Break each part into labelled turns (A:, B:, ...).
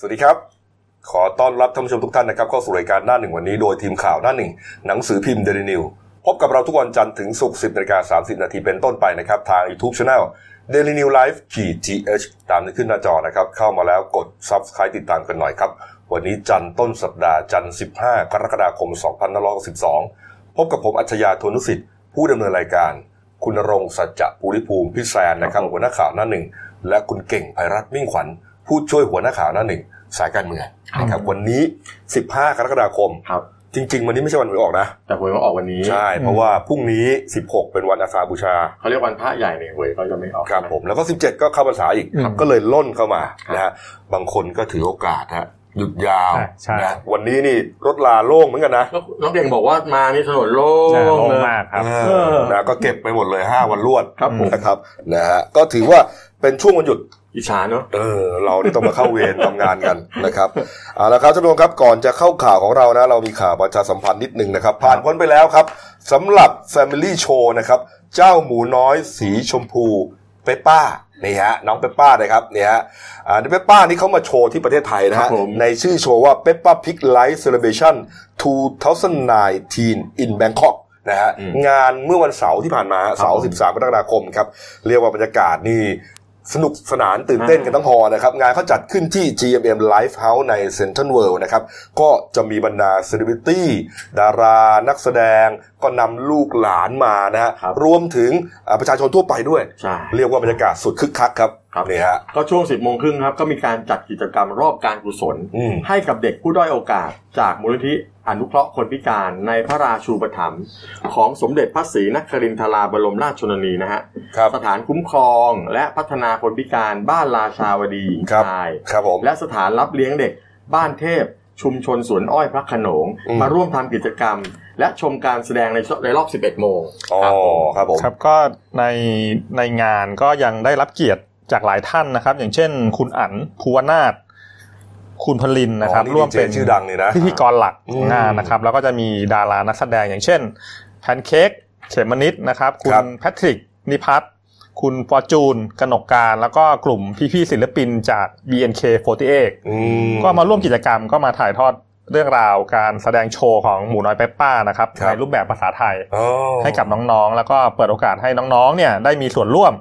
A: สวัสดีครับ ขอต้อนรับท่านผู้ชมทุกท่านนะครับเข้าสู่รายการหน้าหนึ่งวันนี้โดยทีมข่าวหน้าหนึ่งหนังสือพิมพ์เดลินิวพบกับเราทุกวันจันทร์ถึงศุกร์10นาฬิกา30 นาทีเป็นต้นไปนะครับ ทาง YouTube Channel Daily New Life ขีด GH ตามที่ขึ้นหน้าจอนะครับ เข้ามาแล้วกด Subscribe ติดตามกันหน่อยครับ วันนี้จันทร์ต้นสัปดาห์จันทร์15 กรกฎาคม2562 พบกับผมอัจฉริยะโทนุสิทธิ์ ผู้ดำเนินรายการ คุณณรงค์สัจจะภูริภูมิพี่แซนนะครับหัวหน้าข่าวหน้าหนึ่ง และคุณเก่งภัยรัตน์มิ่งขวัญผู้ช่วยหัวหน้าข่าวหน้าหนึ่งสายการเมืองนะครับวันนี้ 15 กรกฎาคม
B: ครับ
A: จริง ๆ วันนี้ไม่ใช่วันหวยออกนะ
B: แต่หวยมาออกวันนี้
A: ใช่ เพราะว่าพรุ่งนี้ 16 เป็นวันอาสาบูชา
B: เขาเรียกวันพระใหญ่เนี่ยหวยก็จะไม่ออก
A: ครับ
B: นะ
A: ผมแล้วก็ 17 ก็เข้าภาษาอีก
C: ครับ
A: ก็เลยล่นเข้ามา
B: ครับ
A: นะฮะบางคนก็ถือโอกาสฮะหยุดยาว
C: ใช่ใช่
A: นะวันนี้นี่รถลาโล่งเหมือนกันนะ
B: แล้วน้องเก่งบอกว่ามานี่ถนนโล่ง
C: โล่
B: เลย
C: งมากครับ
A: เออนะก็เก็บไปหมดเลย 5 วันรวด
B: ครับผม
A: นะครับนะฮะก็ถือว่าเป็นช่วงวันหยุด
B: อิจฉาเนาะ
A: เออเรานี่ต้องมาเข้าเวร ทำงานกันนะครับเอาละครับท่านผู้ชมครับก่อนจะเข้าข่าวของเรานะ เรามีข่าวประชาสัมพันธ์นิดนึงนะครับ ผ่านพ้นไปแล้วครับสำหรับ Family Show นะครับ เจ้าหมูน้อยสีชมพูเปปป้านี่ฮะน้องเปปป้านะครับเนี่ยฮะอ่าเปปป้านี่เขามาโชว์ที่ประเทศไทยนะ
B: ครั
A: ฮะ
B: บผม
A: ในชื่อโชว์ว่า Peppa Pig Live Celebration 2019 in Bangkok นะฮะ
B: อืม
A: งานเมื่อวันเสาร์ที่ผ่านมาเสาร์13กรกฎาคมครับเรียกว่าบรรยากาศนี่ สนุกสนานตื่นเต้นกันทั้งฮอนะครับ งานเขาจัดขึ้นที่ GMM Live House ใน Central World นะครับ ก็จะมีบรรดาเซเลบริตี้ดารานักแสดงก็นำลูกหลานมานะฮะ
B: ครับ
A: รวมถึงอ่าประชาชนทั่วไปด้วย
B: ใช่
A: เรียกว่าบรรยากาศสุดคึกคักครับ
B: ครับ
A: นี่ฮะ
B: ก็ช่วง 10บโมงครึ่งครับ ก็มีการจัดกิจกรรมรอบการกุศล
A: อืม
B: ให้กับเด็กผู้ด้อยโอกาส จากมูลนิธิอนุเคราะห์คนพิการในพระราชูปถัมภ์ของสมเด็จพระศรีนครินทราบรมราชชนนีนะฮะ
A: ครับ
B: สถานคุ้มครองและพัฒนาคนพิการบ้านราชาวดีหญิง
A: ครับ
B: ชาย
A: ครับผม
B: และสถานรับเลี้ยงเด็กบ้านเทพ ชุมชนสวนอ้อยพระโขนง
A: อืม
B: มาร่วมทำกิจกรรม และชมการแสดงในช่วงในรอบ 11 โมง
A: อ๋อครับผม
C: ครับก็ในในงานก็ยังได้รับเกียรติจากหลายท่านนะครับ อย่างเช่น คุณอั๋นภูวนาถคุณพลินนะครับ
A: อ๋อนี่
C: ร่วมเป็น
A: DJ ชื่อดังเลยนะ
C: พิธีกรหลัก
A: อืม
C: ของงานนะครับ แล้วก็จะมีดารานักแสดงอย่างเช่นแพนเค้กเขมมนิดนะครับ คุ
A: ครั
C: ณ
A: บ
C: แพทริกนิพัฒน์คุณฟอร์จูนกนกการ แล้วก็กลุ่มพี่ๆศิลปินจาก BNK48
A: อืม
C: ก็มาร่วมกิจกรรมก็มาถ่ายทอดเรื่องราวการแสดงโชว์ของหมูน้อยเปปป้านะครับ
A: ครับ
C: ในรูปแบบภาษาไทย
A: อ๋อ
C: ให้กับน้องๆ แล้วก็เปิดโอกาสให้น้องๆ เนี่ยได้มีส่วนร่วม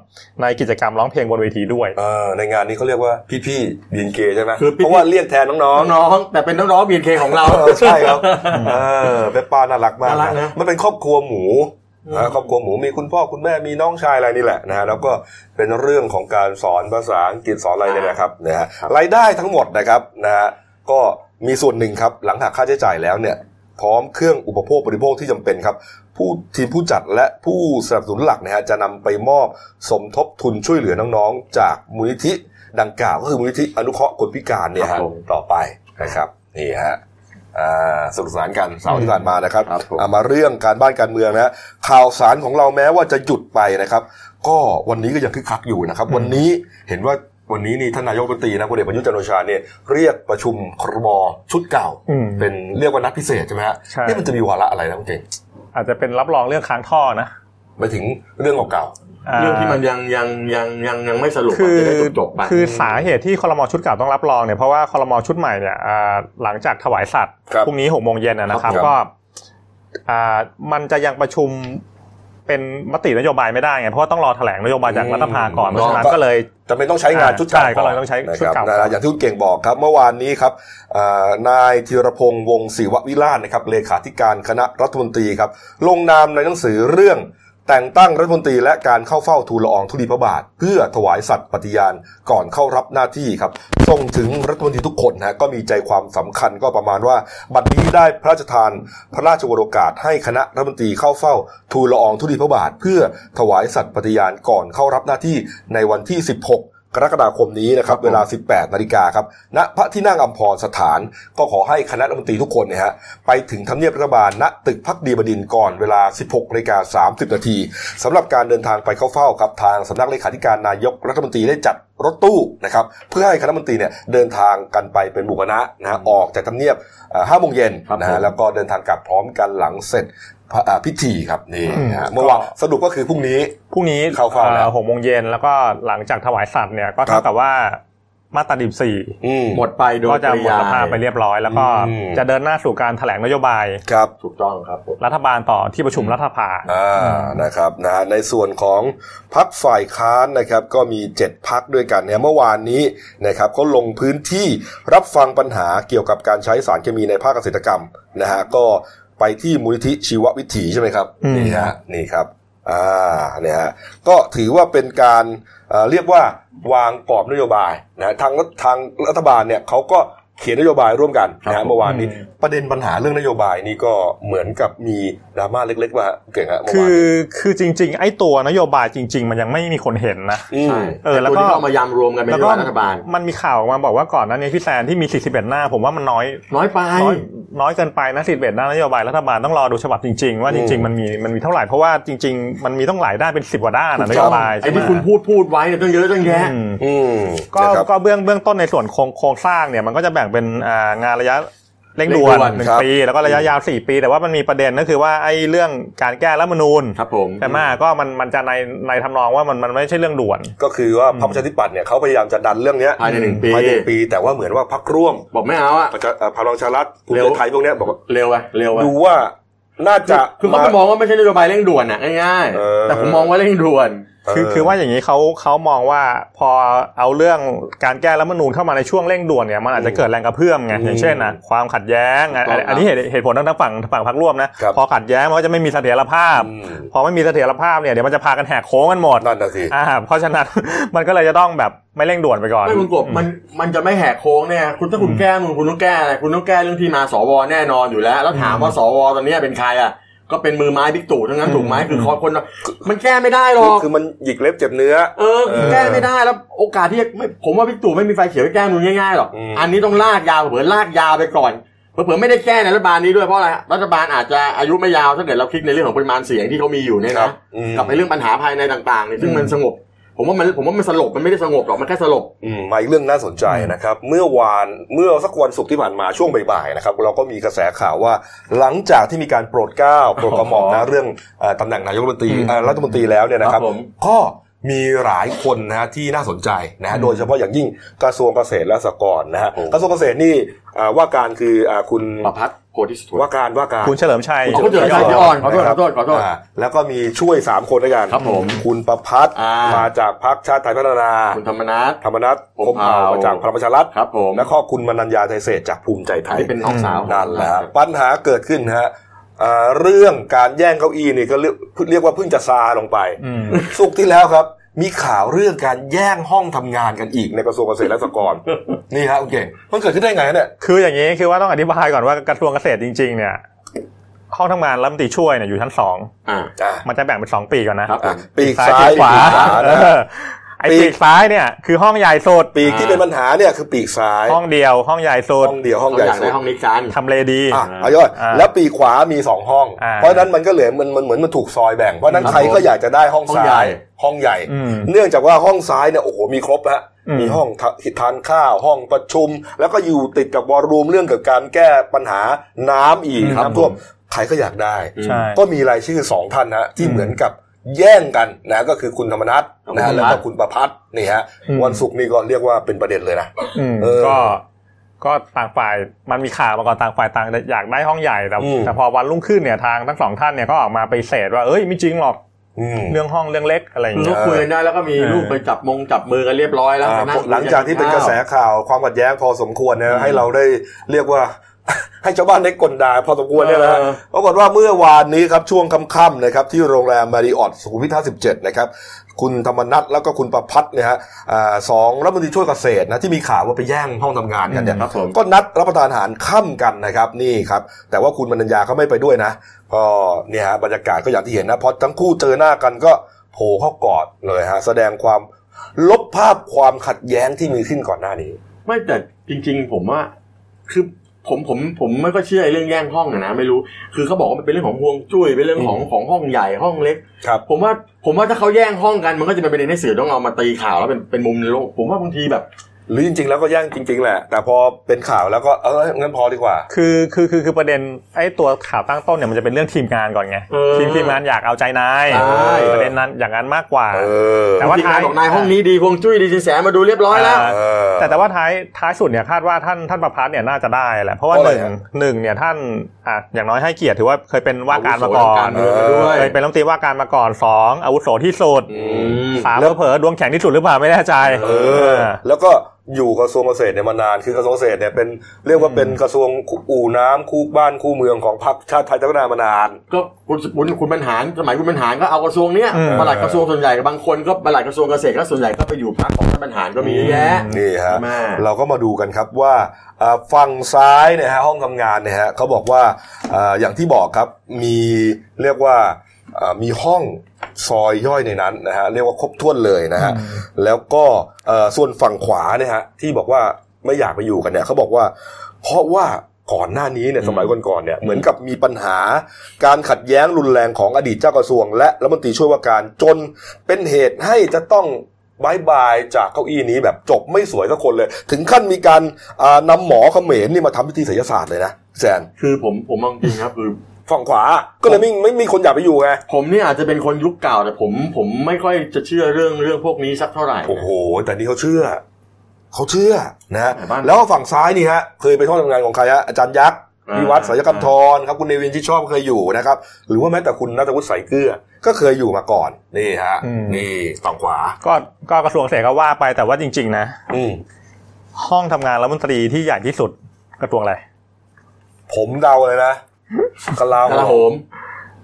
C: ในกิจกรรมร้องเพลงบนเวทีด้วย
A: เออในงานนี้เขาเรียกว่าพี่พี่บีนเกใช่ไหม
B: คือพี่
A: เพราะว่าเรียกแทนน้องๆ
B: น้องๆแต่เป็นน้องๆบีนเคของเรา
A: เออใช่ครับเออเปปป้าน่ารักมาก
B: น่ารักนะ
A: มันเป็นครอบครัวหมูนะครอบครัวหมูมีคุณพ่อคุณแม่มีน้องชายอะไรนี่แหละนะฮะแล้วก็เป็นเรื่องของการสอนภาษาอังกฤษสอนอะไรเนี่ยนะครับนะฮะรายได้ทั้งหมดนะครับนะฮะก็มีส่วนหนึ่งครับหลังหักค่าใช้จ่ายแล้วเนี่ยพร้อมเครื่องอุปโภคบริโภคที่จำเป็นครับ ผู้ทีมผู้จัดและผู้สนับสนุนหลักนะฮะจะนำไปมอบสมทบทุนช่วยเหลือน้องๆ จากมูลนิธิดังกล่าวก็คือมูลนิธิอนุเคราะห์คนพิการเนี่ย
B: ครั
A: ฮะ
B: บผม
A: ต่อไปนะครับนี่ฮะอ่าสนุกสนานกันเสาร์ที่ผ่านมานะครับ
B: ครับผม
A: เอามาเรื่องการบ้านการเมืองนะฮะข่าวสารของเราแม้ว่าจะหยุดไปนะครับ ก็วันนี้ก็ยังคึกคักอยู่นะครับ
C: อืม
A: วันนี้เห็นว่าวันนี้นี่ท่านนายกรัฐมนตรีนะพลเอกประยุทธ์จันทร์โอชาเนี่ยเรียกประชุมครมชุดเก่า
C: อืม
A: เป็นเรียกว่านัดพิเศษใช่ไหมฮะ
C: ใช่
A: นี่มันจะมีวาระอะไรนะคุณเก่ง
C: อาจจะเป็นรับรองเรื่องค้างท่อนะ
A: ไปถึงเรื่องเก่า
C: า
B: เรื่องที่มันยังยังยังยังยังไม่สรุป
C: คือ
B: จะได้จบๆไป
C: คือสาเหตุที่คลมชุดเก่าต้องรับรองเนี่ยเพราะว่าคลมชุดใหม่เนี่ยอ่าหลังจากถวายสัตว์
A: ครับ
C: พรุ่งนี้หกโมงเย็นนะนะค
A: ครั
C: รั
A: บบ ผม
C: ก็อ่ามันจะยังประชุมเป็นมตินโยบายไม่ได้ไงเพราะว่าต้องรอแถลงนโยบายจากรัฐสภาก่อนเพราะฉะนั้นก็เลย
A: ๆจำเป็นต้องใช้งานชุดเก่า
C: ใช่ก็เลยต้องใช้ชุดเก่า
A: นะครับนะอย่างที่คุณเก่งบอกครับ เมื่อวานนี้ครับเอ่อนายธีรพงษ์วงศ์ศิววิราชนะครับเลขาธิการคณะรัฐมนตรีครับ ลงนามในหนังสือเรื่อง แต่งตั้งรัฐมนตรีและการเข้าเฝ้าทูลละอองธุลีพระบาท เพื่อถวายสัตย์ปฏิญาณก่อนเข้ารับหน้าที่ครับส่งถึงรัฐมนตรีทุกคนนะก็มีใจความสำคัญก็ประมาณว่า บัดนี้ได้พระราชทานพระราชวโรกาสให้คณะรัฐมนตรีเข้าเฝ้าทูลละอองธุลีพระบาท เพื่อถวายสัตย์ปฏิญาณก่อนเข้ารับหน้าที่ในวันที่ 16 กรกฎาคมนี้นะครับ เวลา 18 นาฬิกาครับ ณ พระที่นั่งอัมพรสถาน ก็ขอให้คณะรัฐมนตรีทุกคนเนี่ยฮะ ไปถึงทำเนียบรัฐบาล ณ ตึกพักดีบดินทร์ก่อนเวลา 16นาฬิกา30 นาทีสำหรับการเดินทางไปเข้าเฝ้าครับ ทางสำนักเลขาธิการนายกรัฐมนตรีได้จัดรถตู้นะครับ เพื่อให้คณะรัฐมนตรีเนี่ยเดินทางกันไปเป็นหมู่คณะนะฮะ ออกจากทำเนียบ5โมงเย็น
B: ครับ
A: นะฮะ
B: ผม
A: แล้วก็เดินทางกลับพร้อมกันหลังเสร็จพระอ่าพิธีครับนี่นะฮะ
C: อืม
A: เมื่อวานสรุปก็คือพรุ่งนี้
C: พรุ่งนี้
A: เข้าเฝ้าแล้ว
C: อ่อหกโมงเย็นแล้วก็หลังจากถวายสัตว์เนี่ยก็
A: ครั
C: เท่า
A: บ
C: กับว่า มาตราดิบสี่
A: อืม
B: หมดไปโดย
C: ก็จะหมดส
B: ริยย
C: ภาพไปเรียบร้อย แล้วก็
A: อืม
C: จะเดินหน้าสู่การแถลงนโยบาย
A: ครับ
B: ถูกต้องครับผม
C: รัฐบาลต่อที่ประชุมรัฐสภา
A: อ่า นะครับ นะฮะ ในส่วนของพักฝ่ายค้านนะครับ ก็มี 7 พักด้วยกันเนี่ยเมื่อวานนี้นะครับเขาลงพื้นที่รับฟังปัญหาเกี่ยวกับการใช้สารเคมีในภาคเกษตรกรรมนะฮะ ก็ไปที่มูลนิธิชีววิถีใช่ไหมครับ
C: อืม
A: นี่ฮะ นี่ครับ อ่า เนี่ยฮะ ก็ถือว่าเป็นการเอ่อเรียกว่าวางกรอบนโยบายนะฮะทางรัฐทางรัฐบาลเนี่ยเขาก็เขียนนโยบายร่วมกันนะฮะเมื่อวานนี้
C: อืม
A: ประเด็นปัญหาเรื่องนโยบายนี่ก็เหมือนกับมีดราม่าเล็กๆมาเก่งฮะเมื่อ
C: คื
A: วาน
C: อคือจริง ๆ ไอ้ตัวนโยบายจริง ๆ มันยังไม่มีคนเห็นนะ
A: อืม
B: ใช่
C: เออแล้วก็
B: ต่ตัที่เขามายำรวมกันเป็นนโยบายรัฐบาล
C: มันมีข่าวออกมาบอกว่าก่อนหน้านี้พี่แซนที่มี 41 หน้า ผมว่ามันน้อย
B: น้อยไป
C: น้อยน้อยเกินไปนะ41หน้านโยบายรัฐบาลต้องรอดูฉบับจริง ๆ ว่า
A: อืม
C: จริง ๆ มันมีมันมีเท่าไหร่เพราะว่าจริง ๆ มันมีต้องหลายด้านเป็น 10กว่าด้านนะนโยบาย
B: ไอ้
C: ใช่ไหม
B: ที่คุณพูดพูดไว้เนี่ยต้องเยอะต้องแยะ
C: อืม
A: อืม
C: ก็
A: นะครับ
C: ก็เบื้องเบื้องต้นในส่วนโครงโครงสร้างเนี่ยมันก็จะแบ่งเป็นอ่างานระยะเร่งด่วน
B: เร่งด่วน
C: หนึ่
A: ค
C: ง
A: รับ
C: ปีแล้วก็ระยะยาวสี่ปี แต่ว่ามันมีประเด็นก็คือว่าไอ้เรื่องการแก้รัฐธรรมนูญ
B: ครับผม
C: แต่มาก็มันมันจะในในทำนองว่ามันมันไม่ใช่เรื่องด่วน
A: ก็คือว่าพรรคประชาธิปัตย์เนี่ยเขาพยายามจะดันเรื่องเนี้ย
B: ภายในหนึ่งปี
A: ภายในหนึ่งปีแต่ว่าเหมือนว่าพรรคร่วม
B: บอกไม่เอาอะ
A: ประชาเอ่อพลังประชารัฐภูมิ
B: เร็
A: ใจ
B: ว
A: ไทยพวกเนี้ยบอกว่า
B: เร็วไปเร็วไป
A: ดูว่าน่าจะ
B: คือเขา
A: มา
B: ก็มองว่าไม่ใช่นโยบายเร่งด่วนอ่ะง่าย
A: เออ
B: ๆแต่ผมมองว่าเร่งด่วน
A: เ
C: คือคือว่าอย่างนี้เขาเขามองว่าพอเอาเรื่องการแก้รัฐธรรมนูญเข้ามาในช่วงเร่งด่วนเนี่ยมันอาจจะเกิดแรงกระเพื่อมไง
A: อืม
C: อย่างเช่นนะความขัดแย้งอ่ะ
B: ถูกต้องครับ
C: อันนี้เหตุเหตุผลทางฝั่งฝั่งพรรคร่วมนะครับ พอขัดแย้งมันก็จะไม่มีเสถียรภาพ
A: อืม
C: พอไม่มีเสถียรภาพเนี่ยเดี๋ยวมันจะพากันแหกโค้งกันหมด
A: นั่นน่ะสิ
C: อ่าเพราะฉะนั้น มันก็เลยจะต้องแบบไม่เร่งด่วนไปก่อน
B: ไม่คุณกบ
C: อื
B: มันมันจะไม่แหกโค้งเนี่ยคุณถ้าคุณแก้มึงคุณต้องแก้อะไรคุณต้องแก้เรื่องที่มาสวแน่นอนอยู่แล้ว แล้วถามว่าสวตอนเนี้ยเป็นใครอ่ะก็เป็นมือไม้บิ๊กตู่ทั้งนั้นถูกไหม
C: อืม
B: คือคอคนมันแก้ไม่ได้หร
A: คือ
B: อก
A: คือมันหยิกเล็บเจ็บเนื้อ
B: เออคือแก้ไม่ได้แล้วโอกาสที่จะไม่ผมว่าบิ๊กตู่ไม่มีไฟเขียวให้แก้มึงง่ายๆหรอก
A: อืม
B: อันนี้ต้องลากยาวเผื่อลากยาวไปก่อนเผื่อไม่ได้แก้ในรัฐบาลนี้ด้วยเพราะอะไรรัฐบาลอาจจะอายุไม่ยาวถ้าเกิดเราคลิกในเรื่องของปริมาณเสียงที่เขามีอยู่เนี่ย
A: ครั
B: นะ
A: บอืม
B: กลับไปเรื่องปัญหาภายในต่างๆเนี่ยซึ่งมัน
C: อืม
B: สงบ ผมว่ามันผมว่ามันสลบมันไม่ได้สงบหรอกมันแค่สลบ
A: อืมมาอีกเรื่องน่าสนใจนะครับ เมื่อวานเมื่อสักวันศุกร์ที่ผ่านมาช่วงบ่ายๆนะครับเราก็มีกระแสข่าวว่าหลังจากที่มีการโปรดเกล้าโปรดกระหม่อมนะเรื่องเอ่อตำแหน่งนายกรัฐมนตรี
C: อืม
A: เอ่อรัฐมนตรีแล้วเนี่ยนะค
B: ครั
A: รับบ
B: ผม
A: ก็มีหลายคนนะฮะที่น่าสนใจนะฮะโดยเฉพาะอย่างยิ่งกระทรวงเกษตรและสหกรณ์นะฮะกระทรวงเกษตรนี่เอ่อว่าการคือเอ่อคุณ
B: ประพัฒน์โพธิสุทธ
A: ว่าการว่าการ
C: คุณเฉลิมชัย
B: ขอบคุณเฉลิมชัย อ่อนขอโทษขอโทษขอโทษ
A: าแล้วก็มีช่วย 3 คนด้วยกัน
B: ครับผม
A: คุณประพัฒน์
B: อ่าม
A: มาจากพรรคชาติไทยพัฒนา
B: คุณธรรมนัส
A: ธรรมนัฐพ
B: พ
A: ร
B: ร
A: หม
B: หม
A: เผ่า
B: เผ่า
A: จากพลังประชารัฐ
B: ครับผม
A: และข้อคุณมนัญญาไทยเศรษฐ์จากภูมิใจไท
B: อัน
A: ย
B: นี้เป็นน้องสาว
A: นั่นแหละฮะปัญหาเกิดขึ้นฮะอ่าเรื่องการแย่งเก้าอี้นี่ก็เรียกเรียกว่าเพิ่งจะซาลงไป
C: อืม
A: สุกร์ที่แล้วครับ มีข่าวเรื่องการแย่งห้องทำงานกันอีกในกระทรวงเกษตรและสหก รณ์ นี่ฮะโอเคมันเกิดขึ้นได้ไงฮะเนี่ย
C: คืออย่างนี้คือว่าต้องอธิบายก่อนว่ากระทรวงเกษตรจริง ๆ เนี่ยห้องทำงานรัฐมนตรีช่วยเนี่ยอยู่ชั้นสอง
B: อ่า
A: อ่ะ
C: มันจะแบ่งเป็นสองปีก่อนนะครับ
B: ผ
A: อ่ะ
B: ม
A: ปีกซ้าย
C: ปีกขวา
A: ปีกขวา
C: เอ
A: นะ
C: อไอ้ปีกซ้ายเนี่ยคือห้องใหญ่สุด
A: ปีกที่เป็นปัญหาเนี่ยคือปีกซ้าย
C: ห้องเดียว ห้องใหญ่สุด
A: ห้องเดียวห้องใหญ่
B: อยาก
A: สุ
B: ได้
A: ด
B: ห้องนี้กัน
C: ทำเลดี
A: อ่ะเอาย่อย
C: อ่า
A: แล้วปีกขวามีสองห้อง
C: อ่า
A: เพราะฉะนั้นมันก็เหลือมันมันเหมือนมันถูกซอยแบ่ง เพราะฉะนั้น
B: ครับ
A: ใครก็อยากจะได้ห้อง
B: ห้อง
A: ซ้า
B: ใหญ่
A: ยห้องใหญ่
C: อืม
A: เนื่องจากว่าห้องซ้ายเนี่ยโอ้โหมีครบฮะ
C: อืม
A: มีห้องทะทานข้าวห้องประชุม แล้วก็อยู่ติดกับวอลรูมเรื่องเกี่ยวกับการแก้ปัญหาน้ำอีก
B: ครับ
A: น้ำท่วม
B: ผม
A: ใครก็อยากได้
C: ใช่
A: ก็มีรายชื่อสองท่านนะที่
C: อืม
A: เหมือนกับแย่งกันนะก็คือคุณธรรมนัทนะ
B: ธรรมนัส
A: แล้วก็คุณประพัฒน์นี่ฮะ
C: อืม
A: วันศุกร์นี่ก็เรียกว่าเป็นประเด็นเลยนะ
C: อืม
A: เออ
C: ก็ก็ต่างฝ่ายมันมีข่าวมาก่อนต่างฝ่ายต่างอยากได้ห้องใหญ่แต่
A: อืม
C: แต่พอวันรุ่งขึ้นเนี่ยทางทั้งสองท่านเนี่ยก็ออกมาไปฏิเสธว่าเอ้ยไม่จริงหรอก
A: อืม
C: เรื่องห้องเรื่องเล็กอะไรอย่าง
B: คือ
C: เงี้ย
B: ก็คุยกันได้แล้วก็มี
C: เออ
B: ลูกไปจับมงจับมือกันเรียบร้อยแล้ว
A: อ่า
B: ไปนั่คุย
A: หลังจากที่เป็นกระแสข่าวความขัดแย้งพอสมควรเนี่ยให้เราได้เรียกว่า ให้ชาวบ้านได้กลด่าพอสมควรเนี่ยนะฮะ
B: ออ
A: ปรากฏว่าเมื่อวานนี้ครับช่วงค่ำๆนะครับที่โรงแรมมาริออตสุขุมวิท57นะครับคุณธรรมนัทแล้วก็คุณประพัฒน์เนี่ยฮะอ่าสองรัฐมนตรีช่วยเกษตรนะที่มีข่าวว่าไปแย่งห้องทำงานกันเนี่ย
C: อืม
B: ครับผม
A: ก็นัดรับประทานอาหารค่ำกันนะครับนี่ครับแต่ว่าคุณมนัญญาเขาไม่ไปด้วยนะก็เนี่ยฮะบรรยากาศก็อย่างที่เห็นนะพอทั้งคู่เจอหน้ากันก็โผล่เข้ากอดเลยฮะแสดงความ ลบภาพความขัดแย้งที่มีขึ้นก่อนหน้านี้
B: ไม่แต่จริง ๆ ผมว่า คือผมผมผมไม่ก็เชื่อไอ้เรื่องแย่งห้องอะนะไม่รู้ คือเขาบอกว่ามันเป็นเรื่องของห่วงจุ้ยเป็นเรื่องของของห้องใหญ่ห้องเล็ก
A: ครับ
B: ผมว่าผมว่าถ้าเขาแย่งห้องกันมันก็จะเป็นประเด็นให้สื่อต้องเอามาตีข่าวแล้วเป็นเป็นมุมโลก ผมว่าบางทีแบบ
A: หรือจริง ๆ แล้วก็แย่งจริง ๆ แหละ แต่พอเป็นข่าวแล้วก็เอองั้นพอดีกว่า
C: คือคือคือคือประเด็นไอ้ตัวข่าวตั้งต้นเนี่ยมันจะเป็นเรื่องทีมงานก่อนไง
B: เออ
C: ทีมทีมงานอยากเอาใจนาย
B: ใช่
C: ประเด็นนั้นอย่างนั้นมากกว่า
A: เออ
C: แต่ว่า
B: ทีมงานบอกนายห้องนี้ดีพวงจุ้ยดีจินแสมาดูเรียบร้อยแล้ว
C: อ่า
A: เออ
C: แต่แต่ว่าท้ายท้ายสุดเนี่ยคาดว่าท่านท่านประพัฒน์เนี่ยน่าจะได้แหละเพราะว่า
A: เพ
C: ห
A: ราะ
C: นึ่ง
A: อะไรฮะ
C: หนึ่งเนี่ยท่านอ่ะอย่างน้อยให้เกียรติถือว่าเคยเป็นว่าการมาก่อน
B: อาวุโสทางการเมืองมาด้วย
C: เคยเป็นรัฐมนตรีว่าการมาก่อนสองอาวุโสที่สุด
A: อื
B: อื
A: ม
B: ม
C: สามเผลอๆดวงแข็งที่สุดหรือเปล่าไม่แน่ใจ
A: เออ แล้วก็อยู่กระทรวงเกษตรเนี่ยมานานคือกระทรวงเกษตรเนี่ยเป็นเรียกว่าเป็นกระทรวงอู่น้ำคู่บ้านคู่เมืองของพรรคชาติไทยพัฒนามานาน
B: ก็คุณคุณคุณบรรหารสมัยคุณบรรหารก็เอากระทรวงเนี้ย
C: อืม
B: ปลัดกระทรวงส่วนใหญ่บางคนก็ปลัดกระทรวงเกษตรก็ส่วนใหญ่ก็ไปอยู่พรรคของท่านบรรหารก็มีเยอะแยะ
A: นี่ฮะ
B: มาก
A: เราก็มาดูกันครับว่าอ่าฝั่งซ้ายเนี่ยฮะห้องทำงานเนี่ยฮะเขาบอกว่าอ่าอย่างที่บอกครับมีเรียกว่าอ่ามีห้องซอยย่อยในนั้นนะฮะเรียกว่าครบถ้วนเลยนะฮะแล้วก็เอ่อส่วนฝั่งขวาเนี่ยฮะที่บอกว่าไม่อยากไปอยู่กันเนี่ยเขาบอกว่า เพราะว่าก่อนหน้านี้เนี่ยสมัยก่อนๆเนี่ยเหมือนกับมีปัญหาการขัดแย้งรุนแรงของอดีตเจ้ากระทรวง และรัฐมนตรีช่วยว่าการจนเป็นเหตุให้จะต้องบายบายจากเก้าอี้นี้แบบจบไม่สวยสักคนเลย ถึงขั้นมีการอ่านำหมอเขมรนี่มาทำพิธีไสยศาสตร์เลยนะแซน
B: คือผมผมมองจริงครับคือ
A: ฝั่งขวาก็เลยไม่ไม่มีคนอยากไปอยู่ไง
B: ผมเนี่ยอาจจะเป็นคนยุคเก่าแต่ผมผมไม่ค่อยจะเชื่อเรื่องเรื่องพวกนี้สักเท่าไหร่
A: โอ้โห แต่นี่เขาเชื่อเขาเชื่อนะฮะ
B: ไหนบ้าง
A: แล้วฝั่งซ้ายนี่ฮะเคยไปนห้องทำงานของใครฮะอาจารย์ยักษ์
B: อ่า
A: วิวัฒน์สายกรรมทรครับคุณเนวินที่ชอบเคยอยู่นะครับหรือว่าแม้แต่คุณนัทวุฒิสายเกลือ ก็เคยอยู่มาก่อนนี่ฮะ
C: อืม
A: นี่ฝั่งขวา
C: ก็ก็กระทรวงเกษตรก็ว่าไปแต่ว่าจริง ๆ นะ
A: อืม
C: ห้องทำงานรัฐมนตรีที่ใหญ่ที่สุดกระทรวงอะไร
A: ผมเดาเลยนะกลาโห
B: กระโห
A: ม
B: ม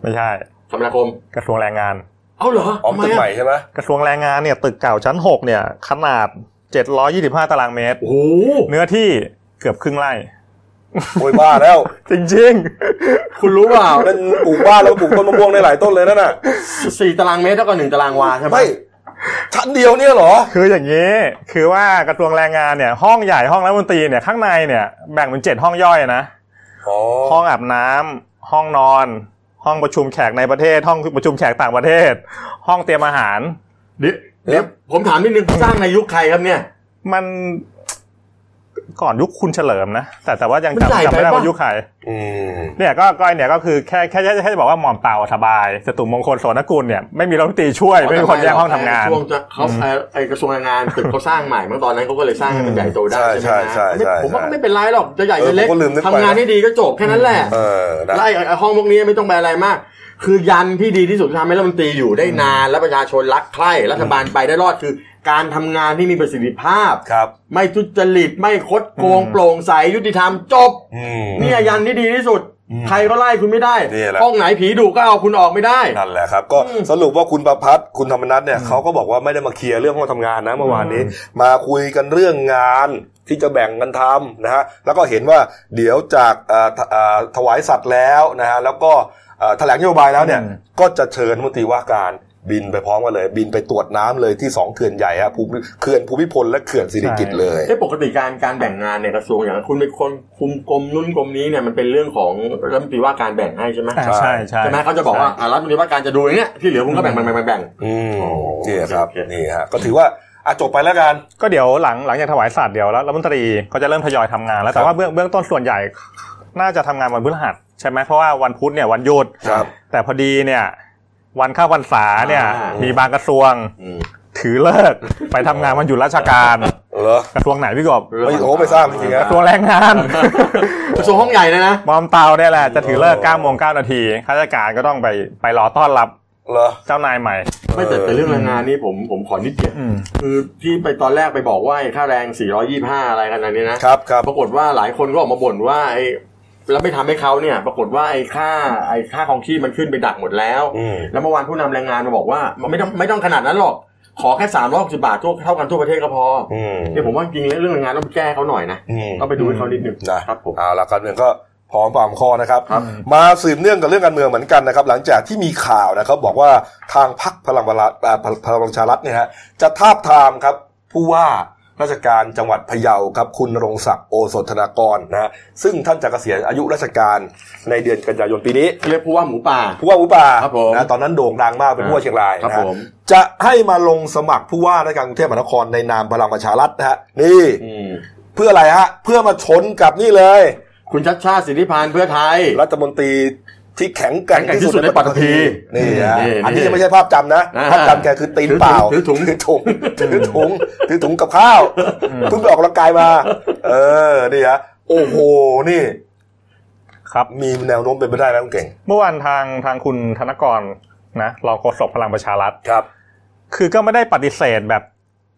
C: ไม่ใช่
B: คมนาคม
C: กระทรวงแรงงาน
B: เอ้าเหรอ
A: อ๋อ
B: ทำไม
A: ตึกใหม่
B: อ่ะ
A: ใช่ไหม
C: กระทรวงแรงงานเนี่ยตึกเก่าชั้น 6 เนี่ย ขนาด 725 ตารางเมตร
B: โอ้โห
C: เนื้อที่เกือบครึ่งไร่
A: โอยบ้าแล้ว
C: จริง
B: คุณรู้เปล่า
A: นั่นปลูกบ้านแล้วก็ปลูกต้นมะม่วงในหลายต้นเลยนั่นน่ะ
B: สี่ตารางเมตรเท่ากับหนึ่งตารางวาใช่ไหม
A: ไม่ชั้นเดียวเนี่ยเหรอ
C: ๆ คืออย่างนี้ คือว่ากระทรวงแรงงานเนี่ย ห้องใหญ่ห้องรัฐมนตรีเนี่ยข้างในเนี่ยแบ่งเป็นเจ็ดห้องย่อยนะ
A: อ๋อ
C: ห้องอาบน้ำห้องนอน ห้องประชุมแขกในประเทศ ห้องประชุมแขกต่างประเทศ ห้องเตรียมอาหาร
B: เดี๋ยวเดี๋ยวผมถามนิดนึงสร้างในยุคใครครับเนี่ย
C: มันก่อนยุคคุณเฉลิมนะ แต่แต่ว่ายัง
B: มันใหญ่
C: จำจำไม่ได้
B: ไปปะ
C: ว่ายุคใคร
A: อืม
C: เนี่ยก็ก้อยเนี่ยก็คือแค่แค่แค่แค่จะบอกว่าหม่อมเปล่าสบายจตุมงคลโสนกุลเนี่ยไม่มีรัฐมนตรีช่วยไม่มีคนแยกห้องทำงาน
B: ช่วงจะเขาไอ้ไอกระทรวงแรงงานตึกเขาสร้างใหม่เมื่อตอนนั้นเขาก็เลยสร้างให้มันใหญ่โตได้
A: ใช่
B: ใช่ไหม
A: ใช่
B: ฮะ
A: ใช่
B: ผมว่า
A: ใช่
B: ก็ไม่เป็นไรหรอกจะใหญ่จะเล็ก
A: เออผมก็ลืมนึกไป
B: ทำงานให้ดีก็จบแค่นั้นแหละ
A: เออนะ
B: ไล่ไอ้ไอ้ห้องพวกนี้ไม่ต้องไปอะไรมาก คือยันที่ดีที่สุดที่ทำให้รัฐมนตรีอยู่ได้นานและประชาชนรักใคร่รัฐบาลไปได้รอดคือ การทำงานที่มีประสิทธิภาพ
A: ครับ
B: ไม่ทุจริตไม่คดโกงโปร่งใสยุติธรรมจบ
A: อืม
B: เนี่ยยันที่ดีที่สุด ใครก็ไล่คุณไม่ได้
A: นี่แหละ
B: ห้องไหนผีดุก็เอาคุณออกไม่ได้
A: นั่นแหละครับ ก็สรุปว่าคุณประพัฒน์คุณธรรมนัทเนี่ยเขาก็บอกว่าไม่ได้มาเคลียร์เรื่องห้องทำงานนะเมื่อวานนี้ มาคุยกันเรื่องงานที่จะแบ่งกันทำนะฮะแล้วก็เห็นว่าเดี๋ยวจากเอ่อถเอ่อถวายสัตว์แล้วนะฮะแล้วก็เอ่อแถลงนโยบายแล้วเนี่ย
C: อืม
A: ก็จะเชิญรัฐมนตรีว่าการบินไปพร้อมกันเลย บินไปตรวจน้ำเลยที่สองเขื่อนใหญ่ฮะภูมิเขื่อนภูมิพลและเขื่อนสิริกิติ์เลย
B: เอ้ยปกติการการแบ่งงานเนี่ยกระทรวงอย่างคุณเป็นคนคุมกรมนุ่นกรมนี้เนี่ยมันเป็นเรื่องของรัฐมนตรีว่าการแบ่งให้ใช่ไหม
C: อ่าใช่ใช่
B: ใช่ไหมเขาจะบอกว่าอ่ารัฐมนตรีว่าการจะดูอย่างเนี้ยที่เหลือคุณก็แบ่งแบ่งแบ่งแบ่งแบ่ง
A: อืม
B: โอ้
A: นี่ครับ
B: โอเค
A: นี่ฮะก็ถือว่าอ่ะจบไปแล้วกัน
C: ก็เดี๋ยวหลังหลังจากถวายสัตว์เดี๋ยวแล้วรัฐมนตรีก็จะเริ่มทยอยทำงาน แล้ว
A: ค
C: แต่
A: รับ
C: ว่าเบื้องเบื้องต้นส่วนใหญ่น่าจะทำงานวันพฤหัสใช่ไหมเพราะว่าวันพุธเนี่ยวันหยุด
A: ครับ
C: แต่พอดีเนี่ยวันเข้าวันษาเนี่ย
B: อ่ามี
C: มีบางกระทรวง
B: อืม
C: ถือเลิกษ์ไปทำงานวันหยุดราชการ
A: เหรอก
C: ระทรวงไหนพี่กบ
A: เฮ้ยโอ้ไม่ทราบจริงๆ
C: ก
A: นะ
C: ระทรวงแรงงาน
B: กระทรวงห้องใหญ่นะนะ
C: มอมเตาเนี่ยแหละจะถือเลิก9โมง9นาทีข้าราชการก็ต้องไปไปรอต้อนรับ
A: เหรอ
C: เจ้านายใหม่
B: ไม่แต่แต่เรื่องแรงงานนี่ผมผมขอนิดเดียว
C: อืม
B: คือที่ไปตอนแรกไปบอกว่าไอ้ค่าแรง 425 อะไรกันอันนี้นะครับ
A: ครับ
B: ปรากฏว่าหลายคนก็ออกมาบ่นว่าไอ้แล้วไม่ทำให้เขาเนี่ย ปรากฏว่าไอ้ค่าไอ้ค่าของที่มันขึ้นไปดักหมดแล้ว
A: อืม
B: แล้วเมื่อวานผู้นำแรงงานมาบอกว่ามันไม่ต้องไม่ต้องขนาดนั้นหรอก ขอแค่สามร้อยสิบาททั่วเท่ากันทั่วประเทศก็พออ
A: อืม
B: เนี่ยผมว่าจริงๆแล้วเรื่องแรงงานต้องไปแก้เขาหน่อยนะ
A: อืม
B: ต้องไปดูให้เขานิดหนึง
A: นะครับ
B: ผม
A: เอาละการเมืองก็พร้อมปามข้อนะครับ มาสืบเนื่องกับเรื่องการเมืองเหมือนกันนะครับ หลังจากที่มีข่าวนะครับบอกว่าทางพรรคพลังประชารัฐอ่าพลังประชารัฐเนี่ยฮะจะทาบทามครับผู้ว่า ราชการจังหวัดพะเยาครับคุณณรงค์ศักดิ์โอสถธนากรนะฮะซึ่งท่านจะเกษียณอายุราชการในเดือนกันยายนปีนี้
B: เรียกผู้ว่าหมูป่า
A: ผู้ว่าอุป่า
B: ครับผม
A: นะตอนนั้นโด่งดังมากเป็นผู้ว่าเชียงราย
B: ครับ
A: นะฮะ
B: ผม
A: จะให้มาลงสมัครผู้ว่าราชการกรุงเทพมหานครในนามพลังประชารัฐนะฮะนี่
B: อืม
A: เพื่ออะไรฮะเพื่อมาชนกับนี่เลย
B: คุณชัดชาติสิทธิพานธ์เพื่อไทย
A: รัฐมนตรีที่แข็งแกร่ง
B: แข็งแกร่งที่
A: ที่
B: สุ
A: สุ
B: ด
A: ด
B: ในปัตตภี
A: นี่ฮะ
B: นี่
A: อัน
B: นี่
A: นี้ยังไม่ใช่ภาพจำนะ
B: อ่า
A: ภาพจำแกคือตีนเปล่า
B: ถือถุง
A: ถือถุงถือถุงถือถุงกับข้าวเพิ่งไปออกกำลังกายมา เออนี่ฮะโอ้โหนี่
C: ครับ
A: มีแนวโน้มเป็นไปได้นะคุณเก่ง
C: เมื่อวานทางทางคุณธนกรนะรองโฆษกพลังประชารัฐ
A: ครับ
C: คือก็ไม่ได้ปฏิเสธแบบ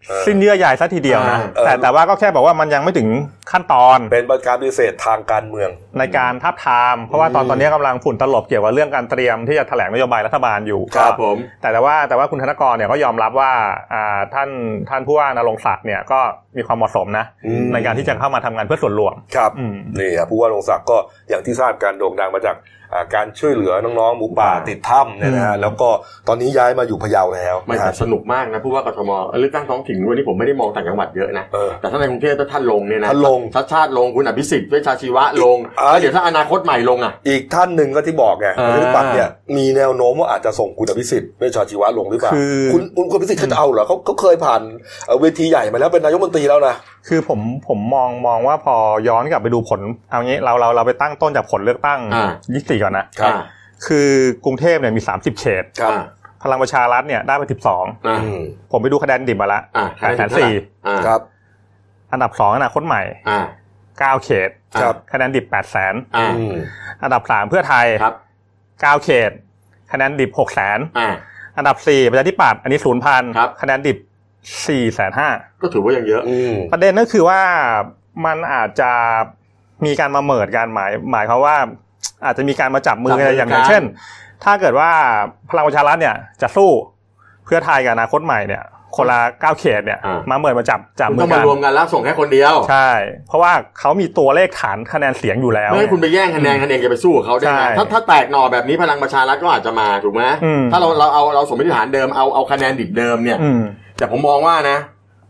A: เออ
C: สิ้นเยื่อใยซะทีเดียว
B: อ่า
C: นะ
A: เออ
C: แต่แต่ว่าก็แค่บอกว่ามันยังไม่ถึงขั้นตอน
A: เป็นประการพิเศษทางการเมือง
C: ในการทับทาม เพราะว่าตอนตอนนี้กำลังฝุ่นตลบเกี่ยวกับเรื่องการเตรียมที่จะแถลงนโยบายรัฐบาลอยู่
B: ครับผม
C: แต่แต่ว่าแต่ว่าคุณธนกรเนี่ยก็ยอมรับว่าอ่าท่านท่านผู้ว่านรงศักดิ์เนี่ยก็มีความเหมาะสมนะ
A: อืม
C: ในการที่จะเข้ามาทำงานเพื่อส่วนรวม
A: ครับ
C: อืม
A: นี่ครับผู้ว่าลงศักดิ์ก็อย่างที่ทราบการโด่งดังมาจากอ่าการช่วยเหลือน้องๆหมูป่า
B: อ่า
A: ติดถ้ำเนี่ยนะฮะ
C: อืม
A: แล้วก็ตอนนี้ย้ายมาอยู่พะเยาแล้ว
B: ไม่
A: นะ
B: แต่
A: ฮะ
B: สนุกมากนะผู้ว่ากทมเลือกตั้งท้องถิ่นวันนี้ผมไม่ได้มองต่างจังหวัดเยอะนะ
A: เออ
B: แต่ถ้าในกรุงเทพถ้าท่านลงเนี่ยนะ
A: ท่านลง
B: ชัดชาติลงคุณอภิสิทธิ์เวชชาชีวะลง
A: เอ้ย
B: แล้วเดี๋ยวถ้าอนาคตใหม่ลงอ่ะ
A: อีกท่านหนึ่งก็ที่บอกไง
B: อ่า
A: ประชาธิปัตย์เนี่ยมีแนวโน้มว่าอาจจะส่งคุณอภิสิทธิ์เวชชาชีวะลงหรือเปล่า
C: คือ
A: คุณคุณคุณอภิสิทธิ์เขาจะเอาเหรอเขาเขาเคยผ่านเอ่อเวทีใหญ่มาแล้วเป็นนายกรัฐมนตรีแล้วนะ
C: คือผมผมมองมองว่าพอย้อนกลับไปดูผลเอางี้เราเราเราไปตั้งต้นจากผลเลือกตั้ง
B: อ่า
C: ยี่สี่ก่อนนะ
A: ครับ
B: อ่า
C: คือกรุงเทพเนี่ยมี 30 เขต
A: ครับ
C: พลังประชารัฐเนี่ยได้ไป
B: อ่า
A: อืม
C: 12 ผมไปดูคะแนนดิบมาละ
B: อ่า
C: แปดแสนสี่
B: อ่า
A: ครับ
C: อันดับ 2 อนาคตใหม่
B: อ่า
C: 9 เขต
A: ครับ
C: คะแนนดิบ8 0 0 0 0น
B: อ่า
A: อืม
C: อันดับ 3 เพื่อไทย
B: ครับ
C: 9 เขต คะแนนดิบ 6 0 0 0 0
B: อ่า
C: อันดับ 4 ประชาธิปัตย์อันนี้ 0 0 0 0
B: ครับ
C: คะแนนดิบ 4 5 0 0 0
B: ก็ถือว่ายังเยอะ
A: อืม
C: ประเด็นก็คือว่ามันอาจจะมีการมาเมิดการหมายหมายความว่า อาจจะมีการมาจับมือกันอย่าง
B: จับมือกัน
C: เช่น ถ้าเกิดว่าพลังประชารัฐเนี่ยจะสู้เพื่อไทยกับอนาคตใหม่เนี่ย คนละเก้าเขตเนี่ย
B: อ่าม
C: มาเมิดมาจับจับ
B: คุณ
C: มื
B: ต้อมา
C: อง กั
B: น รวมกันแล้วส่งแค่คนเดียว
C: ใช่ เพราะว่าเขามีตัวเลขฐานคะแนนเสียงอยู่แล้ว
B: ไม่ให้คุณไปแย่งคะแนนกันเองจะไปสู้กับเขาได้
C: ใช่
B: ไงถ้าถ้าแตกหน่อแบบนี้พลังประชารัฐก็อาจจะมาถูกไหม
C: อืม
B: ถ้าเราเราเอาเราสมมติฐานเดิมเอาเอาคะแนนดิบเดิมเนี่ย
C: อืม
B: แต่ผมมองว่านะ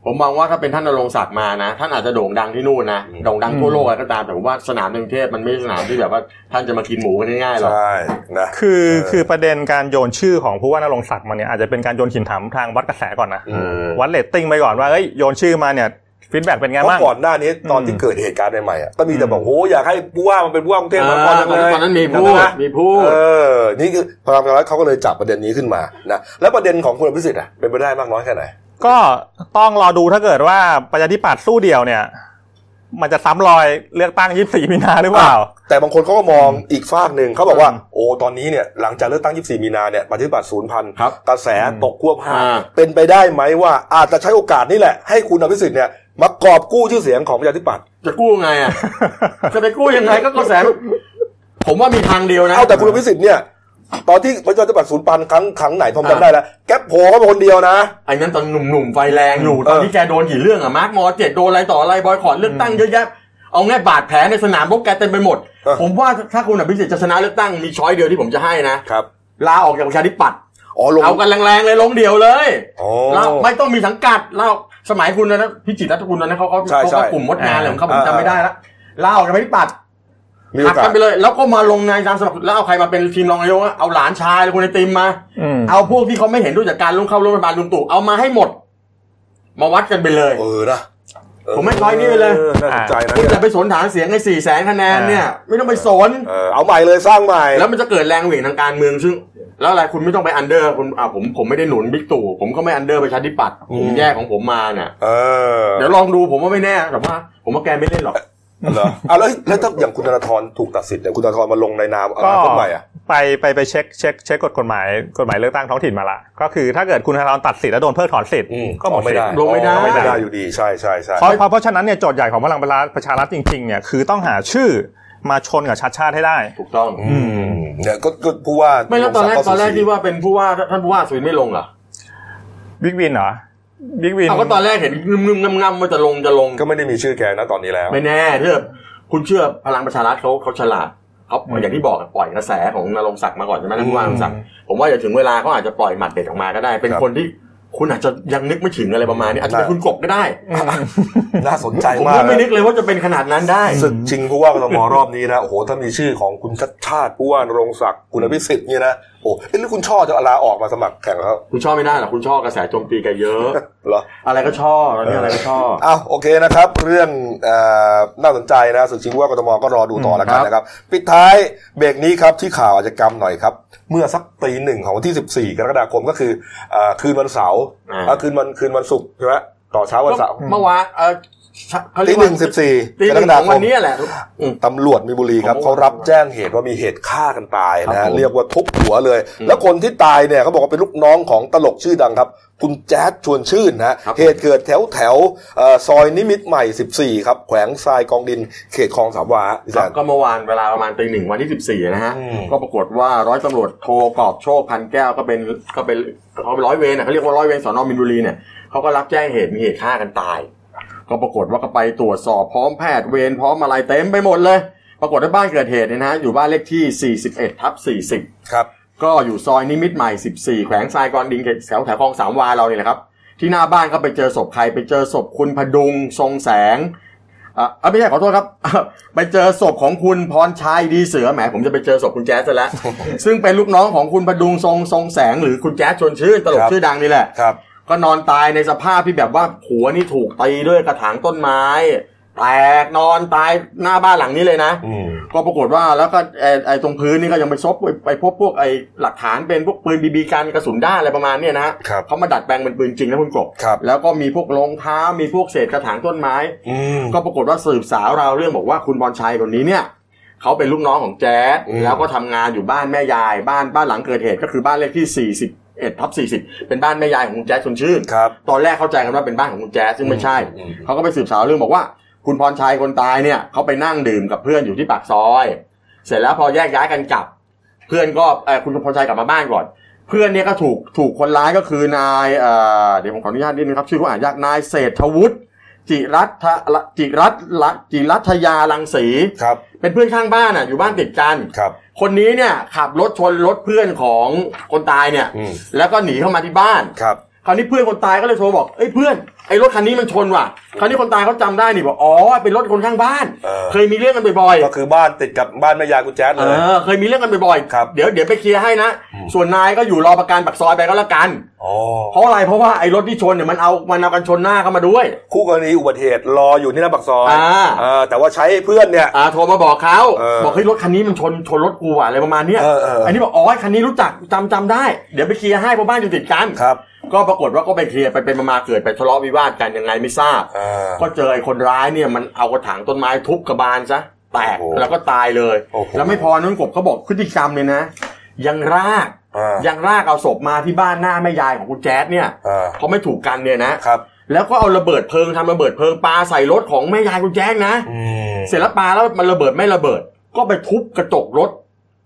B: ผมมองว่าถ้าเป็นท่านนรงค์ศักดิ์มานะ ท่านอาจจะโด่งดังที่นู่นนะโด่งดังทั่วโลกอะไรก็ตามแต่ผมว่าสนามในกรุงเทพมันไม่ใช่สนามที่แบบว่าท่านจะมากินหมูกันง่ายๆหรอก
A: ใช่นะ
C: คือคือประเด็นการโยนชื่อของผู้ว่านรงค์ศักดิ์มาเนี่ยอาจจะเป็นการโยนหินถามทางวัดกระแสก่อนนะ
A: อืม
C: วัดเรตติ้งไปก่อนว่าเอ้ยโยนชื่อมาเนี่ยฟีดแบ็กเป็นไง
A: เพ
C: บ้าง
A: ราะก่อนหน้านี้ตอนที่
C: อืม
A: เกิดเหตุการณ์ใหม่ๆอ่ะก็มีแต่
C: อืม
A: บอกโอ้อยากให้ผู้ว่ามันเป็นผู้ว่ากรุงเทพมหานครจังเลย
B: อ่าตอนนั้นมีพูด
A: จำได้ไห
B: มีพูด
A: เออนี่คือพลังประชารัฐเขาก็เลยจับประเด็นนี้ขึ้นมานะแล้วประเด็นของคุณอภิสิทธิ์อ่ะเป็นไปได้มากน้อยแค่ไหน
C: ก็ต้องรอดูถ้าเกิดว่าประชาธิปัตย์สู้เดี่ยวเนี่ย มันจะซ้ำรอยเลือกตั้ง 24 มีนาหรือเปล่า
A: แต่บางคนเขาก็มองอีกฝากหนึ่งเขาบอกว่า
C: อืม
A: โอ้ตอนนี้เนี่ยหลังจากเลือกตั้ง 24 มีนาเนี่ยปฏิบัติศูนย์พัน
B: ครับ
A: กระแสตกควบหา
B: อ่า
A: เป็นไปได้ไหมว่าอาจจะใช้โอกาสนี่แหละให้คุณอภิสิทธิ์เนี่ยมากอบกู้ชื่อเสียงของประชาธิปัตย์
B: จะกู้ไง อ่ะ จะไปกู้ยังไงก็กระแสผมว่ามีทางเดียวนะ
A: เอาแต่คุณอภิสิทธิ์เนี่ยตอนที่ประชาธิปัตย์ศูนย์พันครั้งครั้งไหนผมจำได้แล้วแก๊ปโผล่เขาเป็นคนเดียวนะ
B: ไอ้นั้นตอนหนุ่มๆไฟแรงอยู่
A: เออ
B: ตอนที่แกโดนกี่เรื่องอะมาร์กมอเจ็ดโดนอะไรต่ออะไรบอยคอรเลือกตั้งเยอะแยะเอาง่ายบาดแผลในสนามพวกแกเต็มไปหมด ผมว่าถ้าคุณอภิสิทธิ์จะชนะเลือกตั้งมีช้อยเดียวที่ผมจะให้นะครับ ลาออกจากประชาธิปัตย์
A: อ๋อลง
B: เอากันแรงๆเลยลงเดียวเลย
A: โอ้
B: ลาไม่ต้องมีสังกัดเล่าสมัยคุณนะพิจิตรรัตกุลตอนนั้นเขาเขา
A: ใช่
B: เขา
A: ใช่
B: ก็กลุ่มมดงานอะไรของเขาผม
A: อ่า
B: จำไม่ได้ละลาออกจากประชาธิปัตย์
A: มีโอ
B: หัก
A: กา
B: กั
A: ส
B: นไปเลย แล้วก็มาลงนายตามสมัครแล้วเอาใครมาเป็นทีมรองนายกอะเอาหลานชายเลยคุณไอติมมา
C: อืม
B: เอาพวกที่เขาไม่เห็นด้วยจากการร่วมเข้าร่วมรัฐบาลลุงตู่เอามาให้หมด มาวัดกันไปเลย
A: เออนะเ
B: ผมไม่ร้อยนี่ไปเลย
A: ออน่าสนใจนะ
B: คุณ
A: เนี่ย
B: จะไปสนฐานเสียงไอ้สี่แสนคะแนนเนี่ย ไม่ต้องไปสน
A: เออเอาใหม่เลยสร้างใหม่
B: แล้วมันจะเกิดแรงเหวี่ยงทางการเมืองซึ่ง แล้วอะไรคุณไม่ต้องไปอันเดอร์คุณอ่าผมผมไม่ได้หนุนบิ๊กตู่ผมก็ไม่อันเดอร์ประชาธิปัตย์ผมแยกของผมมาเนี่ย
A: เออ
B: เดี๋ยวลองดูผมว่าไม่แน่แต่ว่าผมว่าแกไม่เล่นหรอก
A: เหรอเอาแล้วแล้วถ้าอย่างคุณธนาธรถูกตัดสิทธิ์เนี่ยคุณธนาธรมาลงในนามอ
C: ก็
A: นาคตใหม่อ่ะ
C: ไปไปไปเช็คเช็คเช็คกฎกฎหมายกฎหมายเลือกตั้งท้องถิ่นมาละ ก็คือถ้าเกิดคุณธนาธรตัดสิทธิ์แล้วโดนเพิกถอนสิทธิ์
A: อืม
C: ก็หมด
A: ไม่
C: สิท
A: ได้
C: ธิ์
B: ลงไม่ได้
A: อ๋อไม่ได้อยู่ดีใช่ใช่ใช่
C: เพราะเพราะเพราะฉะนั้นเนี่ยโจทย์ใหญ่ของพลังประชารัฐประชารัฐจริงๆเนี่ยคือต้องหาชื่อมาชนกับชาติชาติให้ได้
B: ถูกต้อง
A: อืมเนี่ยก็ก็ผู้ว่า
B: ไม่แล้วตอนแรกตอนแรกที่ว่าเป็นผู้ว่าท่านผู้ว่าสุวินไม่ลงเหรอ
C: บิ๊กวินเหรอ บิ๊กวิ น
B: เอาก็ตอนแรกเห็นงึมๆงำๆว่าจะลงจะลง
A: ก็ไม่ได้มีชื่อแกนะตอนนี้แล้ว
B: ไม่แน่เถอะคุณเชื่อพลังประชารัฐเขาเขาฉลาดเขา
C: อืม
B: อย่างที่บอกอะปล่อยกระแสของนรงศักดิ์มาก่อนใช่ไหมท่านผู้ว่า
A: อื
B: น
A: ม
B: รงศักดิ์ผมว่าอย่าถึงเวลาเขาอาจจะปล่อยหมัดเด็ดออกมาก็ได้ เป็น
A: ครับ
B: คนที่ คุณอาจจะยังนึกไม่ถึงอะไรประมาณนี้อาจจะเป็นคุณกบก็ได้
A: น่าสนใจ
B: ผม
A: มาก
B: ก็ไม่นึกเลยว่าจะเป็นขนาดนั้นได้
A: ศึกชิงผู้ว่ากทมรอบนี้นะโอ้โหถ้ามีชื่อของคุณชัดชาติผู้ว่านรงศักดิ์คุณอภิสิทธิ์เนี่ยนะโอ้เอ๊ะหรือคุณช่อจะลาออกมาสมัครแข่งแล้ว
B: คุณชอบไม่ได้หรอกคุณชอบกระแสโจมตีแกันเยอะ
A: เหรอ
B: อะไรก็ชอบตอนนี้อะไรก็ชอบ
A: อ้าวโอเคนะครับ เรื่องเออน่าสนใจนะสุดชิงผู้ว่ากทมก็รอดูต่อแล้วกันนะครับ ปิดท้ายเบรกนี้ครับที่ข่าวอาชญากรรมหน่อยครับ เมื่อสักตีหนึ่งของวันที่ 14 กรกฎาคมก็คือเออคืนวันเสาร์
B: อ่า
A: เอ่อคืนวันคืนวันศุกร์ใช่ไหมต่อเช้าวันเสาร์
B: เมื่อวานเออเขาเรี
A: ตี
B: ยก
A: ห
B: ว่า
A: นึ่งสิบสี่
B: ตีห
A: กรก
B: นึ่งข
A: ฎา
B: อง
A: ค
B: วัน
A: ม
B: นี้แหละ อืม
A: ตำรวจมีนบุรีครับ
B: ของ
A: เขารับแจ้งเหตุว่ามีเหตุฆ่ากันตายนะ
B: ครั
A: ฮะ
B: บผม
A: เรียกว่าทุบหัวเลย แล้วคนที่ตายเนี่ยเขาบอกว่าเป็นลูกน้องของตลกชื่อดังครับ คุณแจ๊ดชวนชื่นนะฮะ
B: ครับผม
A: เหตุเกิดแถวแถวเอ่อซอยนิมิตรใหม่ 14 ครับ แขวงทรายกองดินเขตคลองสามวาพี่แซน
B: ก็เมื่อวานเวลาประมาณตีหนึ่งวันที่สิบสี่นะฮะ
A: อืม
B: ก็ปรากฏว่าร้อยตำรวจโทรกอบโชคพันแก้วก็เป็นก็เป็นเขาเป็นร้อยเวรนะเขาเรียกว่าร้อยเวรสอนอมินบุรีเนี่ยเขาก็รับแจ้งเหตุมีเหตุฆ่ากันตาย ก็ปรากฏว่าก็ไปตรวจสอบพร้อมแพทย์เวรพร้อมอะไรเต็มไปหมดเลย ปรากฏว่าบ้านเกิดเหตุเนี่ยนะฮะอยู่บ้านเลขที่41ทับ40
A: ครับ
B: ก็อยู่ซอยนิมิตรใหม่ 14 แขวงทรายกรดินเขตแถวแถวคลองสามวาเราเนี่ยแหละครับ ที่หน้าบ้านก็ไปเจอศพใครไปเจอศพคุณพดุงทรงแสงอ่ะเอ้ยไม่ใช่ขอโทษครับ ไปเจอศพของคุณพรชัยดีเสือแหมผมจะไปเจอศพคุณแจ๊สซะ แล้ว ซึ่งเป็นลูกน้องของคุณพดุงทรงทรงแสง หรือคุณแจ๊สชวนชื่นตลกชื่อดังนี่แหละ
A: ครับ
B: ก็นอนตายในสภาพที่แบบว่าหัวนี่ถูกตีด้วยกระถางต้นไม้ แตกนอนตายหน้าบ้านหลังนี้เลยนะ
A: อืม
B: ก็ปรากฏว่าแล้วก็ไอ้ไอ้ตรงพื้นนี่ก็ยังไปซบไปไปพบพวกไอ้หลักฐานเป็นพวกปืนบีบีกันกระสุนด้านอะไรประมาณเนี้ยนะฮะ
A: ครับ
B: เขามาดัดแปลงเป็นปืนจริงนะคุณกบ
A: ครับ
B: แล้วก็มีพวกรองเท้ามีพวกเศษกระถางต้นไม้
A: อืม
B: ก็ปรากฏว่าสืบสาวเราวเรื่องบอกว่าคุณบอลชัยคนนี้เนี่ยเขาเป็นลูกน้องของแจ๊ด
A: อืม
B: แล้วก็ทำงานอยู่บ้านแม่ยายบ้านบ้านหลังเกิดเหตุก็คือบ้านเลขที่41ทับ40 เป็นบ้านแม่ยายของคุณแจ๊ดชวนชื่น
A: ครับ
B: ตอนแรกเข้าใจกันว่าเป็นบ้านของคุณแจ๊สซึ่งไม่ใช่
A: อืม
B: เขาก็ไปสืบสาวเรื่องบอกว่า คุณพรชัยคนตายเนี่ยเขาไปนั่งดื่มกับเพื่อนอยู่ที่ปากซอย เสร็จแล้วพอแยกย้ายกันกลับ เพื่อนก็เอ่อคุณพรชัยกลับมาบ้านก่อน เพื่อนเนี่ยก็ถูกถูกคนร้ายก็คือนายเอ่อเดี๋ยวผมขออนุญาตนิดนึงครับชื่อเขาอ่านยากนายเศรษฐวุฒิจิรัตทะละจิรัตละจิรัตยาลังสี
A: ครับ
B: เป็นเพื่อนข้างบ้านอ่ะอยู่บ้านติดกัน
A: ครับ
B: คนนี้เนี่ยขับรถชนรถเพื่อนของคนตายเนี่ย
A: อืม
B: แล้วก็หนีเข้ามาที่บ้าน
A: ครับ
B: คราวนี้เพื่อนคนตายก็เลยโทรบอกเอ้ยเพื่อนไอ้รถคันนี้มันชนว่ะ คราวนี้คนตายเขาจำได้นี่บอกอ๋อเป็นรถคนข้างบ้าน
A: เออ
B: เคยมีเรื่องกันบ่อย
A: ก็คือบ้านติดกับบ้านแม่ยายคุณแจ๊ด
B: ๆเอ
A: เลย
B: อเคยมีเรื่องกันบ่อย
A: ครับ
B: เดี๋ยวเดี๋ยวไปเคลียร์ให้นะ
A: อืม
B: ส่วนนายก็อยู่รอประกันปักซอยไปก็แล้วกัน
A: อ๋อ
B: เพราะอะไรเพราะว่าไอ้รถที่ชนเนี่ยมันเอามันเอากันชนหน้าเข้ามาด้วย
A: คู่กรณีอุบัติเหตุรออยู่ที่หน้าปากซอย
B: อ่า
A: เออแต่ว่าใช้เพื่อนเนี่ย
B: อ่าโทรมาบอกเขา
A: เออ
B: บอกเฮ้ยรถคันนี้มันชนชนรถกูว่ะอะไรประมาณเนี้ย
A: เออเออเอออั
B: นนี้บอกอ๋อคันนี้รู้จักจำจำได้ เดี๋ยวไปเคลียร์ให้เพราะบ้านอยู่ติดกัน
A: ครับ
B: ก็ปรากฏว่าก็ไปเคลียร์ไปเป็นมาๆเกิดไปทะเลาะวิวาทกันยังไงไม่ทราบ
A: อ่า
B: ก็เจอไอ้คนร้ายเนี่ยมันเอากระถางต้นไม้ทุบกระบาลซะแตก
A: โอ้โห
B: แล้วก็ตายเลย
A: โอ้โห
B: แล้วไม่พอนุ่นกบเขาบอกพฤติกรรมเลยนะ ยังราก
A: อ่า
B: ยังรากเอาศพมาที่บ้านหน้าแม่ยายของคุณแจ๊ดเนี่ย
A: อ่า
B: เขาไม่ถูกกันเนี่ยนะครับ แล้วก็เอาระเบิดเพลิงทำระเบิดเพลิงปาใส่รถของแม่ยายคุณแจ๊ดนะ
A: อืม
B: เสร็จแล้วปาแล้วมันระเบิดไม่ระเบิด ก็ไปทุบกระจกรถ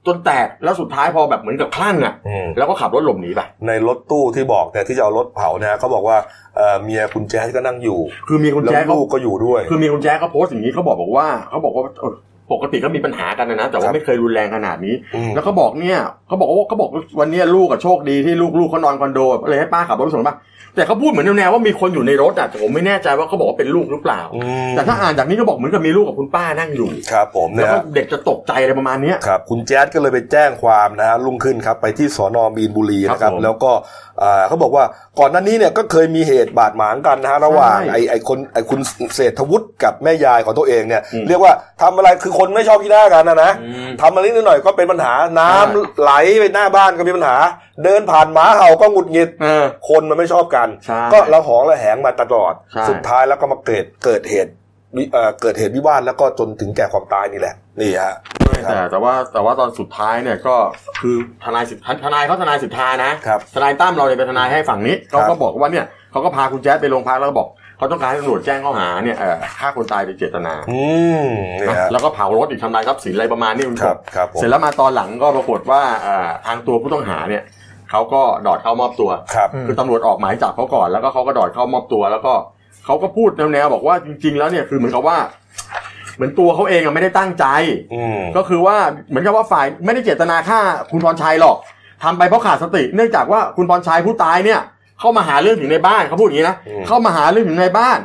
B: จนแตกแล้วสุดท้ายพอแบบเหมือนกับคลั่งอ่ะ
A: อืม
B: แล้วก็ขับรถหลบหนีไป
A: ในรถตู้ที่บอกแต่ยที่จะเอารถเผาเนะเขาบอกว่าเอ่อเมียคุณแจ๊สก็นั่งอยู่
B: คือมีคุณ
A: แล้ว
B: แจ๊ดเขา
A: ลูกก็อยู่ด้วย
B: คือมีคุณแจ๊กเขาโพสต์อย่างนี้เขาบอกบอกว่าเขาบอกว่าเอ่อปกติก็มีปัญหากันนะนะแต่
A: ครั
B: ว่า
A: บ
B: ไม่เคยรุนแรงขนาดนี้
A: อืม
B: แล้วเขาบอกเนี่ยเขาบอกว่าเขาบอกวันเนี้ยลูกอะโชคดีที่ลูกลูกเขานอนคอนโดเลยให้ป้าขับรถไปส่งป้าแต่เขาพูดเหมือนแนวๆว่ามีคนอยู่ในรถอะแต่ผมไม่แน่ใจว่าเขาบอกว่าเป็นลูกหรือเปล่า
A: ม
B: แต่ถ้าอ่านจากนี้ก็บอกเหมือนกับมีลูกกับคุณป้านั่งอยู่
A: ครับผม
B: แล้ว
A: นะ
B: ก็
A: ฮะ
B: เด็กจะตกใจอะไรประมาณเนี้ย
A: ครับคุณแจ๊ดก็เลยไปแจ้งความนะฮะลุงขึ้นครับไปที่สอนอมีนบุรีนะค
B: ครั
A: รั
B: บบ ผม
A: แล้วก็อ่าเขาบอกว่าก่อนหน้านี้เนี่ยก็เคยมีเหตุบาดหมางกันนะฮะระหว่าง
B: ใช่
A: ไอ้ไอ้คนไอ้คุณเศรษฐวุฒิกับแม่ยายของตัวเองเนี่ย
B: อืม
A: เรียกว่าทำอะไรคือคนไม่ชอบขี้หน้ากันนะนะ
B: อืม
A: ทำอะไรนิดหน่อยก็เป็นปัญหาน้ำ
B: ใช่
A: ไหลไปหน้าบ้านก็มีปัญหา เดินผ่านหมาเห่าก็หงุดหงิด
B: เออ
A: คนมันไม่ชอบกัน
B: ใช่
A: ก็ระหองระแหงมาตลอด
B: ใช่
A: สุดท้ายแล้วก็มาเกิดเกิดเหตุวิเอ่อเกิดเหตุวิวาทแล้วก็จนถึงแก่ความตายนี่แหละ นี่ฮะ ครับ
B: แต่แต่ว่าแต่ว่าตอนสุดท้ายเนี่ยก็คือทนายสิทธาทนายเขาทนายสิทธานะครับ ทนายตั้มเราเนี่ยเป็นทนายให้ฝั่งนี้เขา
A: ครั
B: ก็
A: บ
B: บอกว่าเนี่ยเขาก็พาคุณแจ๊ดไปโรงพักแล้วก็บอกเขาต้องการให้ตำรวจแจ้งข้อหาเนี่ยเอ่อฆ่าคนตายโดยเจตนา
A: อืมนี่ฮะ
B: แล้วก็เผารถอีกทำลายทรัพย์สินอะไรประมาณนี้คุณ
A: ครับครับผม
B: เสร็จแล้วมาตอนหลังก็ปรากฏว่าเอ่อทางตัวผู้ต้องหาเนี่ยเขาก็ดอดเข้ามอบตัว
A: ครับ
B: คือตำรวจออกหมายจับเขาก่อนแล้วก็เขาก็ดอดเข้ามอบตัว แล้วก็เขาก็พูดแนวๆบอกว่าจริง ๆ แล้วเนี่ยคือเหมือนกับว่า เหมือนตัวเขาเองอะไม่ได้ตั้งใจ
A: อืม
B: ก็คือว่าเหมือนกับว่าฝ่ายไม่ได้เจตนาฆ่าคุณพรชัยหรอกทำไปเพราะขาดสติ เนื่องจากว่าคุณพรชัยผู้ตายเนี่ย เข้ามาหาเรื่องถึงในบ้านเขาพูดอย่างนี้นะ
A: อืม
B: เข้ามาหาเรื่องถึงในบ้าน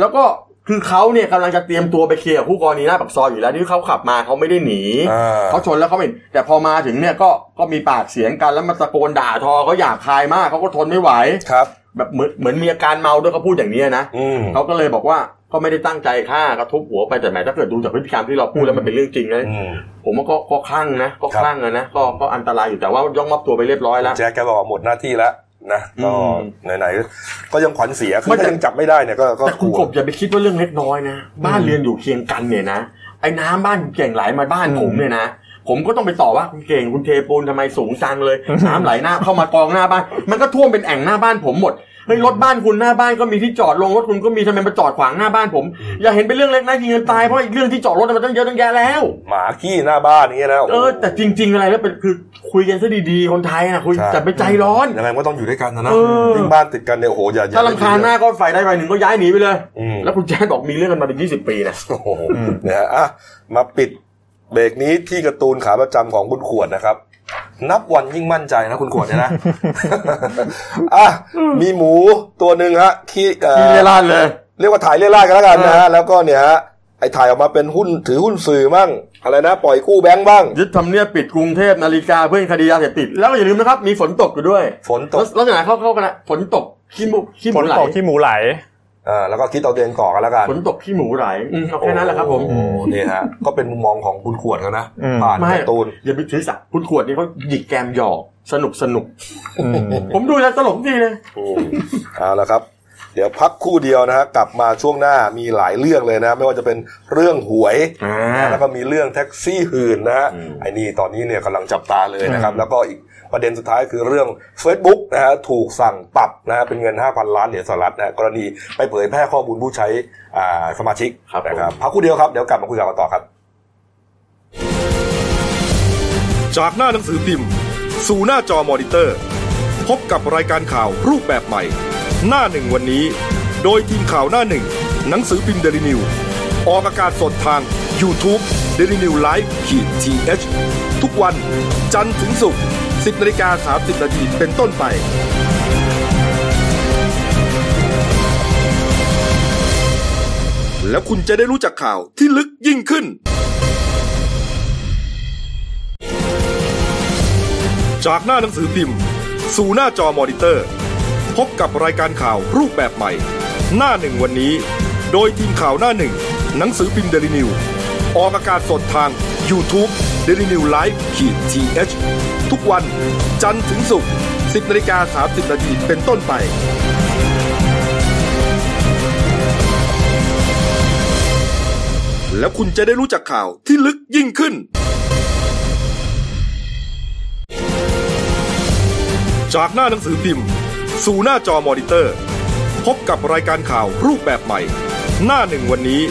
B: แล้วก็คือเขาเนี่ยกำลังจะเตรียมตัวไปเคลียร์กับคู่กรณีหน้าปากซอยอยู่แล้วที่เขาขับมาเขาไม่ได้หนี
A: อ่า
B: เขาชนแล้วเขาไม่แต่พอมาถึงเนี่ยก็ก็มีปากเสียงกันแล้วมาตะโกนด่าทอเขาหยาบคายมากเขาก็ทนไม่ไหว
A: ครับ
B: แบบเหมือนเหมือนมีอาการเมาด้วยเขาพูดอย่างเนี้ยนะ
A: อืม
B: เขาก็เลยบอกว่าก็ไม่ได้ตั้งใจฆ่ากระทุบหัวไปแต่แหมถ้าเกิดดูจากพฤติกรรมที่เราพูดแล้วมันเป็นเรื่องจริงนะ
A: อืม
B: ผมว่าก็ก็คลั่งนะก็
A: ครับ
B: คลั่งอะนะก็ก็อันตรายอยู่แต่ว่าย่องมอบตัวไปเรียบร้อยแล้ว
A: แจ็คแกบอกว่าหมดหน้าที่แล้วนะก็
B: อืม
A: ไหนๆก็ยังขวัญเสียคือ
B: ไม่แต่
A: ถ้ายังจับไม่ได้เนี่ยก็ก็
B: แต่
A: ก
B: คุณ
A: ลัว
B: กบอย่าไปคิดว่าเรื่องเล็กน้อยนะบ้านเรือนอยู่เคียงกันเนี่ยนะไอ้น้ำบ้านคุณเก่งไหลมาบ้านผมเนี่ยนะผมก็ต้องไปต่อว่าคุณเก่งคุณเทปูนทำไมสูงจังเลย น้ำไหลหน้าเข้ามากองหน้าบ้าน มันก็ท่วมเป็นแอ่งหน้าบ้านผมหมดเฮ้ยรถบ้านคุณหน้าบ้านก็มีที่จอดลงรถคุณก็มีทำไมมาจอดขวางหน้าบ้านผม อย่าเห็นเป็นเรื่องเล็กนะยิงกันตายเพราะไอีกเรื่องที่จอดรถมันต้องเยอะตั้งแยะแล้ว
A: หมาขี้หน้าบ้านอย่างเงี้ยนะโโห
B: เออแต่จริง ๆ อะไรแล้วเป็นคือคุยกันซะดีๆคนไทยนะคุย
A: ใช่
B: แต่ไปใจร้อน
A: ยังไงมันก็ต้องอยู่ด้วยกันนะนะ
B: เออ
A: ยิ่งบ้านติดกันเนี่ยโอ้โหอย่าอย่
B: ถ้าลำคาญหน้าก็ฝ่ายใดฝ่ายหนึ่งก็ย้ายหนีไปเลย
A: อืม
B: แล้วคุณแจ๊ดบอกมีเรื่องกันมาเป็น20 ปีนะ
A: โอ้โหเนี่ยฮะอ่ะมาปิดเบรกนี้ที่การ์ตูนขาประจำของคุณขวดนะครับ นับวันยิ่งมั่นใจนะคุณขวด เนี่ยนะ อ่ะมีหมูตัวหนึ่งฮะขี้เอ่อ
B: ที่เล่ร่อนเลย
A: เรียกว่าถ่ายเล่ร่ายกันแล้วกันนะฮะ แล้วก็เนี่ยฮะไอ้ถ่ายออกมาเป็นหุ้นถือหุ้นสื่อบ้างอะไรนะ ปล่อยกู้แบงก์บ้าง
B: ยึดทำเนียบปิดกรุงเทพนาฬิกาเพื่อคดียาเสพติด แล้วก็อย่าลืมนะครับ มีฝนตกอยู่ด้วย
A: ฝนตก
B: ลักษณะเข้าเข้ากันนะฝนตกขี้หมูขี้ห
C: ฝ
B: มู
C: น
B: ไหล
C: ตกที่หมูไหล
A: อ่าแล้วก็คิดเอาเตียงก่อกันแล้วกัน
B: ฝนตกขี้หมูไหลอืมเอาแค่นั้นแหละครับผม
A: โอ้โหนี่ฮะ ก็เป็นมุมมองของคุณขวดเขานะ
C: อืม
A: ผ่านการ์ตูน
B: อย่าไปถือสาคุณขวดนี่เขาหยิกแกมหยอกสนุกสนุก
C: อืม
B: ผมดูแล้วตลกดีเลย
A: เอาละครับ เดี๋ยวพักครู่เดียวนะฮะกลับมาช่วงหน้ามีหลายเรื่องเลยนะ ไม่ว่าจะเป็นเรื่องหวย
B: อ่า
A: แล้วก็มีเรื่องแท็กซี่หื่นนะฮะ
B: อืม
A: ไอ้นี่ตอนนี้เนี่ยกำลังจับตาเลยนะครับ แล้วก็อีกประเด็นสุดท้ายคือเรื่อง Facebook นะฮะถูกสั่งปรับนะฮะเป็นเงิน 5,000 ล้านเหรียญสหรัฐนะฮะกรณีไปเผยแพร่ข้อมูลผู้ใช้อ่าสมาชิกนะครับพักครู่เดียวครับ เดี๋ยวกลับมาคุยกันต่อครับ
D: จากหน้าหนังสือพิมพ์ สู่หน้าจอมอนิเตอร์ พบกับรายการข่าวรูปแบบใหม่ หน้าหนึ่งวันนี้ โดยทีมข่าวหน้าหนึ่ง หนังสือพิมพ์เดลิวิวออกอากาศสดทาง YouTube d e l i n e w l i v e ขีดทีเทุกวันจันทร์ถึงศุกร์10นาฬิกา30นาทีเป็นต้นไป แล้วคุณจะได้รู้จักข่าวที่ลึกยิ่งขึ้น จากหน้าหนังสือพิมพ์ สู่หน้าจอมอนิเตอร์ พบกับรายการข่าวรูปแบบใหม่ หน้าหนึ่งวันนี้ โดยทีมข่าวหน้าหนึ่ง หนังสือพิมพ์เดลิวิวออกอากาศสดทาง y o u t u เดลิวิวไลฟ์ขีดทีเทุกวันจันทร์ถึงศุกร์10นาฬิกา30นาทีเป็นต้นไป แล้วคุณจะได้รู้จักข่าวที่ลึกยิ่งขึ้น จากหน้าหนังสือพิมพ์ สู่หน้าจอมอนิเตอร์ พบกับรายการข่าวรูปแบบใหม่ หน้าหนึ่งวันนี้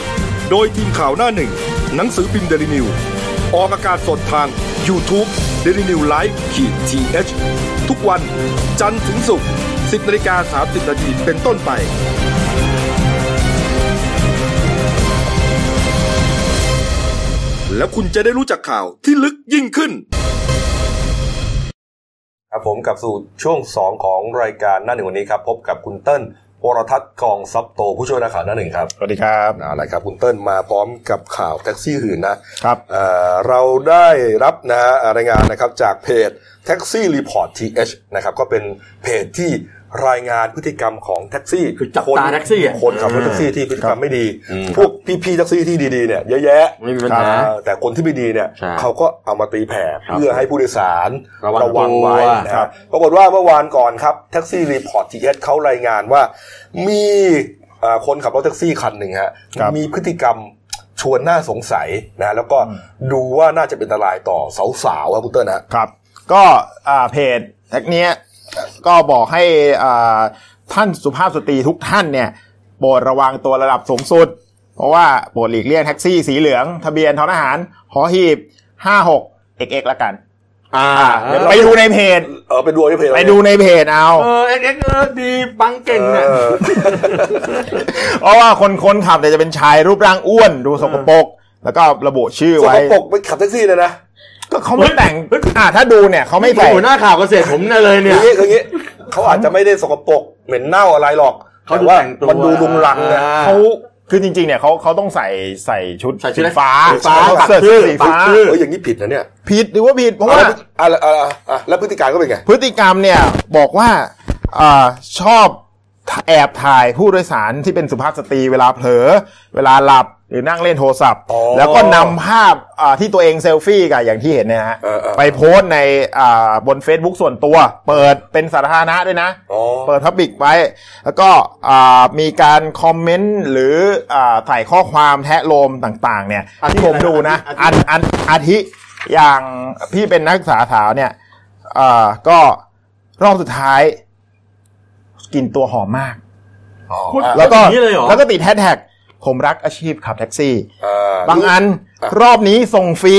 D: โดยทีมข่าวหน้าหนึ่ง หนังสือพิมพ์เดลิวิวออกอากาศสดทาง y o u t u เดลิวิวไลฟ์ขีดทีเทุกวันจันทร์ถึงศุกร์10นาฬิกา30นาทีเป็นต้นไป แล้วคุณจะได้รู้จักข่าวที่ลึกยิ่งขึ้น
A: ครับผมกลับสู่ช่วง 2 ของรายการหน้าหนึ่งวันนี้ครับ พบกับคุณเติ้ลวรทัศน์กองซับโต ผู้ช่วยนักข่าวหน้าหนึ่งครับ
C: สวัสดีครับ
A: เอาละครับคุณเติ้ลมาพร้อมกับข่าวแท็กซี่หื่นนะ
C: ครับ
A: เอ่อเราได้รับนะฮะรายงานนะครับจากเพจ Taxi Report TH นะครับก็เป็นเพจที่รายงานพฤติกรรมของแท็กซี่
B: คือจับ
A: น
B: ตาแท็กซี่อะ
A: คนขับรถ
B: อ่า
A: แท็กซี่ที่พฤติกรรมไม่ดี
B: อืม
A: พวกพี่ๆแท็กซี่ที่ดีๆเนี่ยเยอะแยะ
B: ไม่มีปัญหา
A: เอ่อแต่คนที่ไม่ดีเนี่ย
B: ใช่
A: เขาก็เอามาตีแผ่
B: ครับ
A: เพื่อให้ผู้โดยสาร
B: ระวัง
A: ไว้
B: ตัว
A: นะ
B: ค
A: ค
B: รั
A: รับบ ปรากฏว่าเมื่อวานก่อนครับแท็กซี่รีพอร์ตทีเอสเขารายงานว่ามีเอ่อคนขับรถแท็กซี่คันหนึ่งฮะมีพฤติกรรม ชวนน่าสงสัยนะแล้วก็ดูว่าน่าจะเป็นอันตรายต่อสาวๆครับคุณเติ้ลนะ
E: ครับก็อ่าเพจแท็กเนี้ยก็บอกให้อ่าท่านสุภาพสตรีทุกท่านเนี่ยโปรดระวังตัวระดับสูงสุด เพราะว่าโปรดหลีกเลี่ยงแท็กซี่สีเหลือง ทะเบียนทอทหารหอหีบ 56 เอกเอกละกัน
B: อ่า
E: ไปดูในเพจ
A: เออไปดูในเพจ
E: ไปดูในเพจเอา
B: เออเอ็กเอ็กเออดีบังเก่ง
A: เอ
B: น่ะ
A: อ
E: เพราะว่าคนคนขับเนี่ยจะเป็นชายรูปร่างอ้วนดูสกปรกแล้วก็ระบุชื่อ
A: ส
E: ไว้
A: กปรกไปขับแท็กซี่เลยนะ
E: ก็เขาไม่แต่งอ่าถ้าดูเนี่ยเขาไม่
B: โอ้
E: ใส่
B: โหหน้าข่าวเกษตรผมเนี่ยเลยเนี่ย
A: อย่างนี้อย่างนี้ เขาอาจจะไม่ได้สกปรกเหม็นเน่าอะไรหรอก
B: เขาดู
A: แต่ว่า
B: แต่งตัว
A: มันดูลุงลังนะ
B: อ่า
C: เขาคือจริงๆเนี่ยเขาเขาต้องใส่ใส่ชุด
B: ใส่ชุด
C: สีฟ้า
B: สีฟ้าปัก
C: เสื้อ
B: ชื่อ
C: สีฟ้า
A: เอ้ยอย่างนี้ผิดนะเนี่ย
C: ผิดหรือว่าผิดเพราะว่า
A: อ่ะแล้วอ่ะอ่ะอ่ะแล้วพฤติการก็เป็นไง
C: พฤติกรรมเนี่ยบอกว่าอาชอบแอบถ่ายผู้โดยสารที่เป็นสุภาพสตรีเวลาเผลอ เวลาหลับหรือนั่งเล่นโทรศัพท์
A: อ๋อ
C: แล้วก็นำภาพอ่าที่ตัวเองเซลฟี่กับอย่างที่เห็นเนี่ยฮะ
A: เออเออ
C: ไปโพสต์ในอ่าบน Facebook ส่วนตัว เปิดเป็นสาธารณะด้วยนะ
A: อ๋อ
C: เปิดทับบิกไว้ แล้วก็อ่ามีการคอมเมนต์หรืออ่าถ่ายข้อความแทะโลมต่างๆ เนี่ย
B: อาทิ
C: ที่ผมดูนะ
B: อา
C: อัน
B: ทิ
C: อันอาทิอย่างพี่เป็นนักศึกษาสาวเนี่ยอ่าก็รอบสุดท้ายกลิ่นตัวหอมมาก
B: พูด
C: แล้วก็
B: อย่างนี้เลยเหรอ
C: แล้วก็ติดแฮชแท็กผมรักอาชีพขับแท็กซี่
A: อ่า
C: บางอัน
A: อ่ะ
C: รอบนี้ส่งฟรี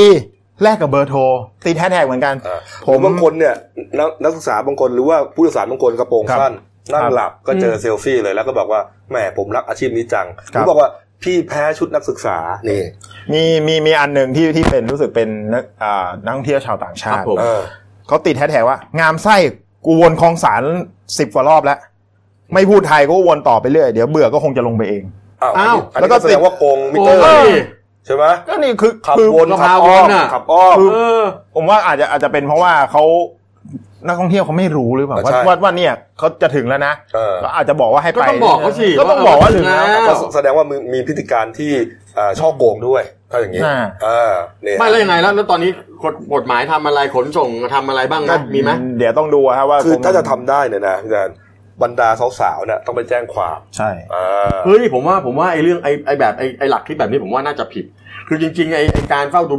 C: แลกกับเบอร์โทร ติดแฮชแท็กเหมือนกัน
A: อ่า
C: ผม
A: บางคนเนี่ยนักนักศึกษาบางคนหรือว่าผู้โดยสารบางคนกระโปรงสั้นนั่งหลับก็เจอเซลฟี่เลยแล้วก็บอกว่าแหมผมรักอาชีพนี้จังห
C: ครั
A: รื
C: บ
A: อบอกว่าพี่แพ้ชุดนักศึกษานี่
C: มีมีมีอันหนึ่งที่ที่เป็นรู้สึกเป็นนักอ่านักท่องเที่ยวชาวต่างชา
B: ครั
C: ติ
B: บผม
A: เออ
C: เขาติดแฮชแท็กว่างามไส้กูวนคลองสารสิบกว่ารอบแล้ว ไม่พูดไทยก็วนต่อไปเรื่อยเดี๋ยวเบื่อก็คงจะลงไปเอง
A: อ้าว
B: อ้าว
A: อัน
C: แล้
A: นี้
C: วก็
A: ก็แสดงว่าโกงมิเตอร์
B: โอ้ย
A: ใช่ไหม
C: ก็นี่คือ
A: ขับ
C: คือ
A: วน
B: ก็
A: ขั
B: พา
A: บอ้อ
B: ว
A: ม
B: นน่ะ
A: ขับอ้อม
B: เออ
C: ผมว่าอาจจะอาจจะเป็นเพราะว่าเขานักท่องเที่ยวเขาไม่รู้หรือเปล่าว่า
A: ใช่
C: ว่าว่าเนี่ยเขาจะถึงแล้วนะ
A: เออ
C: ก็อาจจะบอกว่าให้ไป
B: ก็ต้องบอกเขาสิ
C: ก็ต้องบอกว่า
B: ว่า
C: ถึงแล้ว
B: ถึง
A: ก็แสดงว่ามีมีพฤติการที่อ่าช่อโกงด้วยถ้าอย่างนี้
C: อ่า
A: อ่าเนี่ย
B: ไม่แล้วยังไงแล้วแล้วตอนนี้กฎกฎหมายทำอะไรขนส่งทำอะไรบ้าง
C: ก็
B: นะมีไหม
C: เดี๋ยวต้องดูครับว่า
A: คือ
C: ณ
A: ถ้าจะทำได้เนี่ยนะอาจารย์บรรดาสาวๆเนี่ยต้องไปแจ้งความ
C: ใช่
A: อ่า
B: เฮ้ยผมว่าผมว่าไอ้เรื่องไอ้ไอ้แบบไอ้ไอ้หลักคิดแบบนี้ผมว่าน่าจะผิด คือจริงๆไอ้ไอ้การเฝ้าดู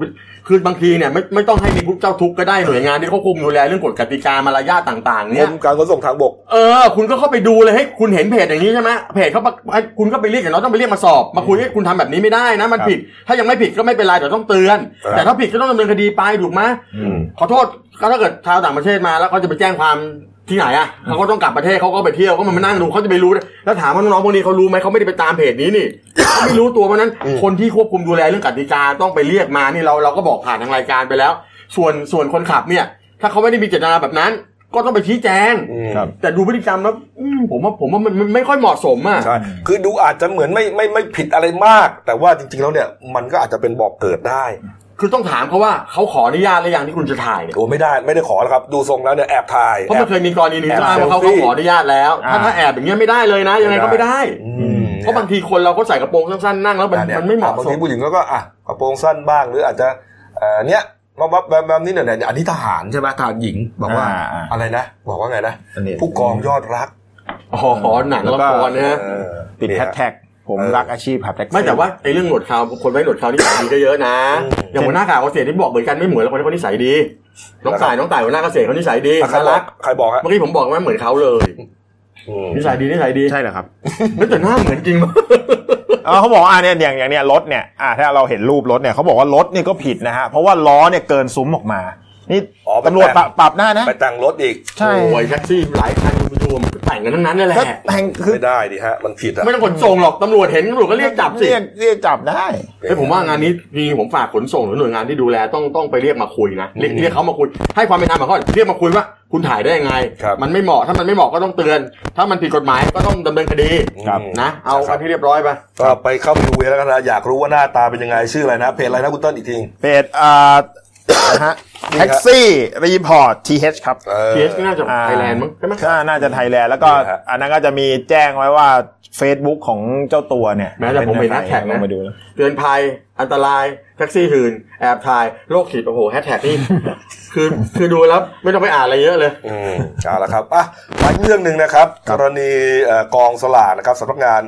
B: คือบางทีเนี่ยไม่ไม่ต้องให้มีผู้เจ้าทุกข์ก็ได้หน่วยงานที่ควบคุมดูแลเรื่องกฎกติกามารยาทต่างๆ
A: กร
B: เนี่ย
A: มการขนส่งทางบก
B: เออคุณก็เข้าไปดูเลยให้คุณเห็นเพจอย่างนี้ใช่ไหมเพจเขาประให้คุณก็ไปเรียกอย่างน้อยต้องไปเรียกมาสอบ มาคุยให้คุณทำแบบนี้ไม่ได้นะมันผิด ถ้ายังไม่ผิดก็ไม่เป็นไรแต่ต้องเตือน
A: ครับ
B: แต่ถ้าผิดก็ต้องดำเนินคดีไปถูกไหมขอโทษก็ถ้าเกิดชาวต่างประเทศมาแล้วเขาจะไปแจ้งความที่ไหนอ่ะเขาก็ต้องกลับประเทศเขาก็ไปเที่ยวก็มันมานั่งดูเขาจะไปรู้ได้แล้วถามว่าน้องๆพวกนี้เขารู้ไหมเขาไม่ได้ไปตามเพจนี้นี่ เขาไม่รู้ตัวเพราะฉะนั้น คนที่ควบคุมดูแลเรื่องกติกาต้องไปเรียกมานี่เราเราก็บอกผ่านทางรายการไปแล้ว ส่วนส่วนคนขับเนี่ย ถ้าเขาไม่ได้มีเจตนาแบบนั้น ก็ต้องไปชี้แจง
A: อืม
C: ครับ
B: แต่ดูพฤติกรรมแล้วอืมผมว่าผมว่ามันมันไม่ค่อยเหมาะสมอ่ะ
A: ใช่คือดูอาจจะเหมือนไม่ไม่ไม่ผิดอะไรมาก แต่ว่าจริงๆแล้วเนี่ยมันก็อาจจะเป็นบอกเกิดได้
B: คือต้องถามเขาว่าเขาขออนุญาตหรือยังที่คุณจะถ่ายเนี่ย
A: โอ้ไม่ได้ไม่ได้ขอแล้วครับ ดูทรงแล้วเนี่ยแอบถ่าย
B: เพราะมันเค
A: แอบ
B: ยมีกรณีหนึ่ง
A: แอบ
B: ที่อ้างว่าเขา
A: เซลฟี่
B: เขาขออนุญาตแล้วถ้า
C: อ่า
B: ถ้าแอบอย่างเงี้ยไม่ได้เลยนะ ยังไงก็ไม่ได้
A: อืม
B: เพราะบางทีคนเราก็ใส่กระโปรงสั้นๆนั่งแล้วมัน
A: อ่ย
B: มันไม่เหมาะ
A: บาง
B: ส
A: ที
B: ม
A: ผู้หญิงก็ก็อ่ะกระโปรงสั้นบ้างหรืออาจจะเอ่อเนี้ยมาวับแบบแบบนี้เนี่อยเนี่ยอันนี้ทหารใช่ไหมทหารหญิงบอกว่า
C: อ่าอ่า
A: อะไรนะ บอกว่าไงนะ ผู้กองยอดรัก
B: อ๋อหนังละครนะฮะ
A: เออ
C: ติด
A: เนี่ย
C: แฮชแท็กผม
A: เออ
C: รักอาชีพขับแท็กซี่
B: ไม่แต่ว่าไอ้เรื่องหนวดเขาวคนไว้หนวดเขาวนี่ ใส่ดีก็เยอะนะ อย่างหัวหน้าข่าวเกษตรที่บอกเหมือนกันไม่เหมือนแล้วคนที่เขานิสัยดีน้องสายน้องต่ายหัวหน้าเกษตรเขานิสัยดี
A: อ่ะใครบ
B: น่า
A: อ
B: รั
A: ก
B: ก
A: ใครบอกฮะ
B: เมื่อกี้ผมบอกว่าเหมือนเขาเลย
A: อืม
B: นิสัยดีนิสัยดี
C: ใช่เหรอครับ
B: ไม่แต่หน้าเหมือนจริงมาก
C: เออเขาบอกว่าอ่าเนี่ยอย่างอย่างเนี้ยรถเนี่ยอ่าถ้าเราเห็นรูปรถเนี่ยเขาบอกว่ารถเนี่ยก็ผิดนะฮะเพราะว่าล้อเนี่ยเกินซุ้มออกมา นี่
A: อ๋อไป
C: ตำรวจป
A: แปะ
C: รับปรับหน้านะ
A: ไปแต่งรถอีก
C: ใช่
B: โอ้ยแท็กซี่หลายคันคุณผู้ชมแต่งกันทั้งนั้นนั่นแหละ
C: ก็แทงคือ
A: ไม่ได้ดิฮะมันผิดอะ
B: ไม่ต้องขนส่งหรอกตำรวจเห็นตำรวจก็เรียกจับสิ
C: เรียกเรียกจับได้
B: เฮ้ยผมว่างานนี้มีผมฝากขนส่งหรือหน่วยงานที่ดูแลต้องต้องไปเรียกมาคุยนะเรียกเรียกเขามาคุยให้ความเป็นธรรมกับเขาเรียกมาคุยว่าคุณถ่ายได้ยังไง
A: ครับ
B: มันไม่เหมาะถ้ามันไม่เหมาะก็ต้องเตือน ถ้ามันผิดกฎหมายก็ต้องดำเนินคดี
A: ครับ
B: นะเอา
A: ครับ
B: อันที่เรียบร้อยไป
A: ก็ไปเข้าไปดูแล้วกันนะอยากรู้ว่าหน้าตาเป็นยังไงชื่ออะไรนะเพจอะไรนะคุณเต้นอีกที
C: เพจอ่า นะฮะแท็กซี่รีพอร์ตทีเครับ
A: เออ
B: PS น่าจะ
C: อ่า
B: ไทยแลนด์มั้งใช่ไหม
C: ก็น่าจะไทยแลนด์แล้วก็
A: นะฮะ
C: อันนั้นก็จะมีแจ้งไว้ว่า Facebook ของเจ้าตัวเนี่ย
B: แม้แต่ผมเป็นนักแข่ง
C: ลอ
B: นะ
C: งมาดูนะ
B: เตือนภัยอันตรายแท็กซี่หื่นแอบถ่ายโรคจิตโอ้โหแฮชแท็กนี่ คือคือดูแล้วไม่ต้องไปอ่านอะไรเยอะเลย
A: อืมเอาละครับอ่ะมาอีกเรื่องหนึ่งนะครับ กรณีเอ่อกองสลากนะครับสำนักงาน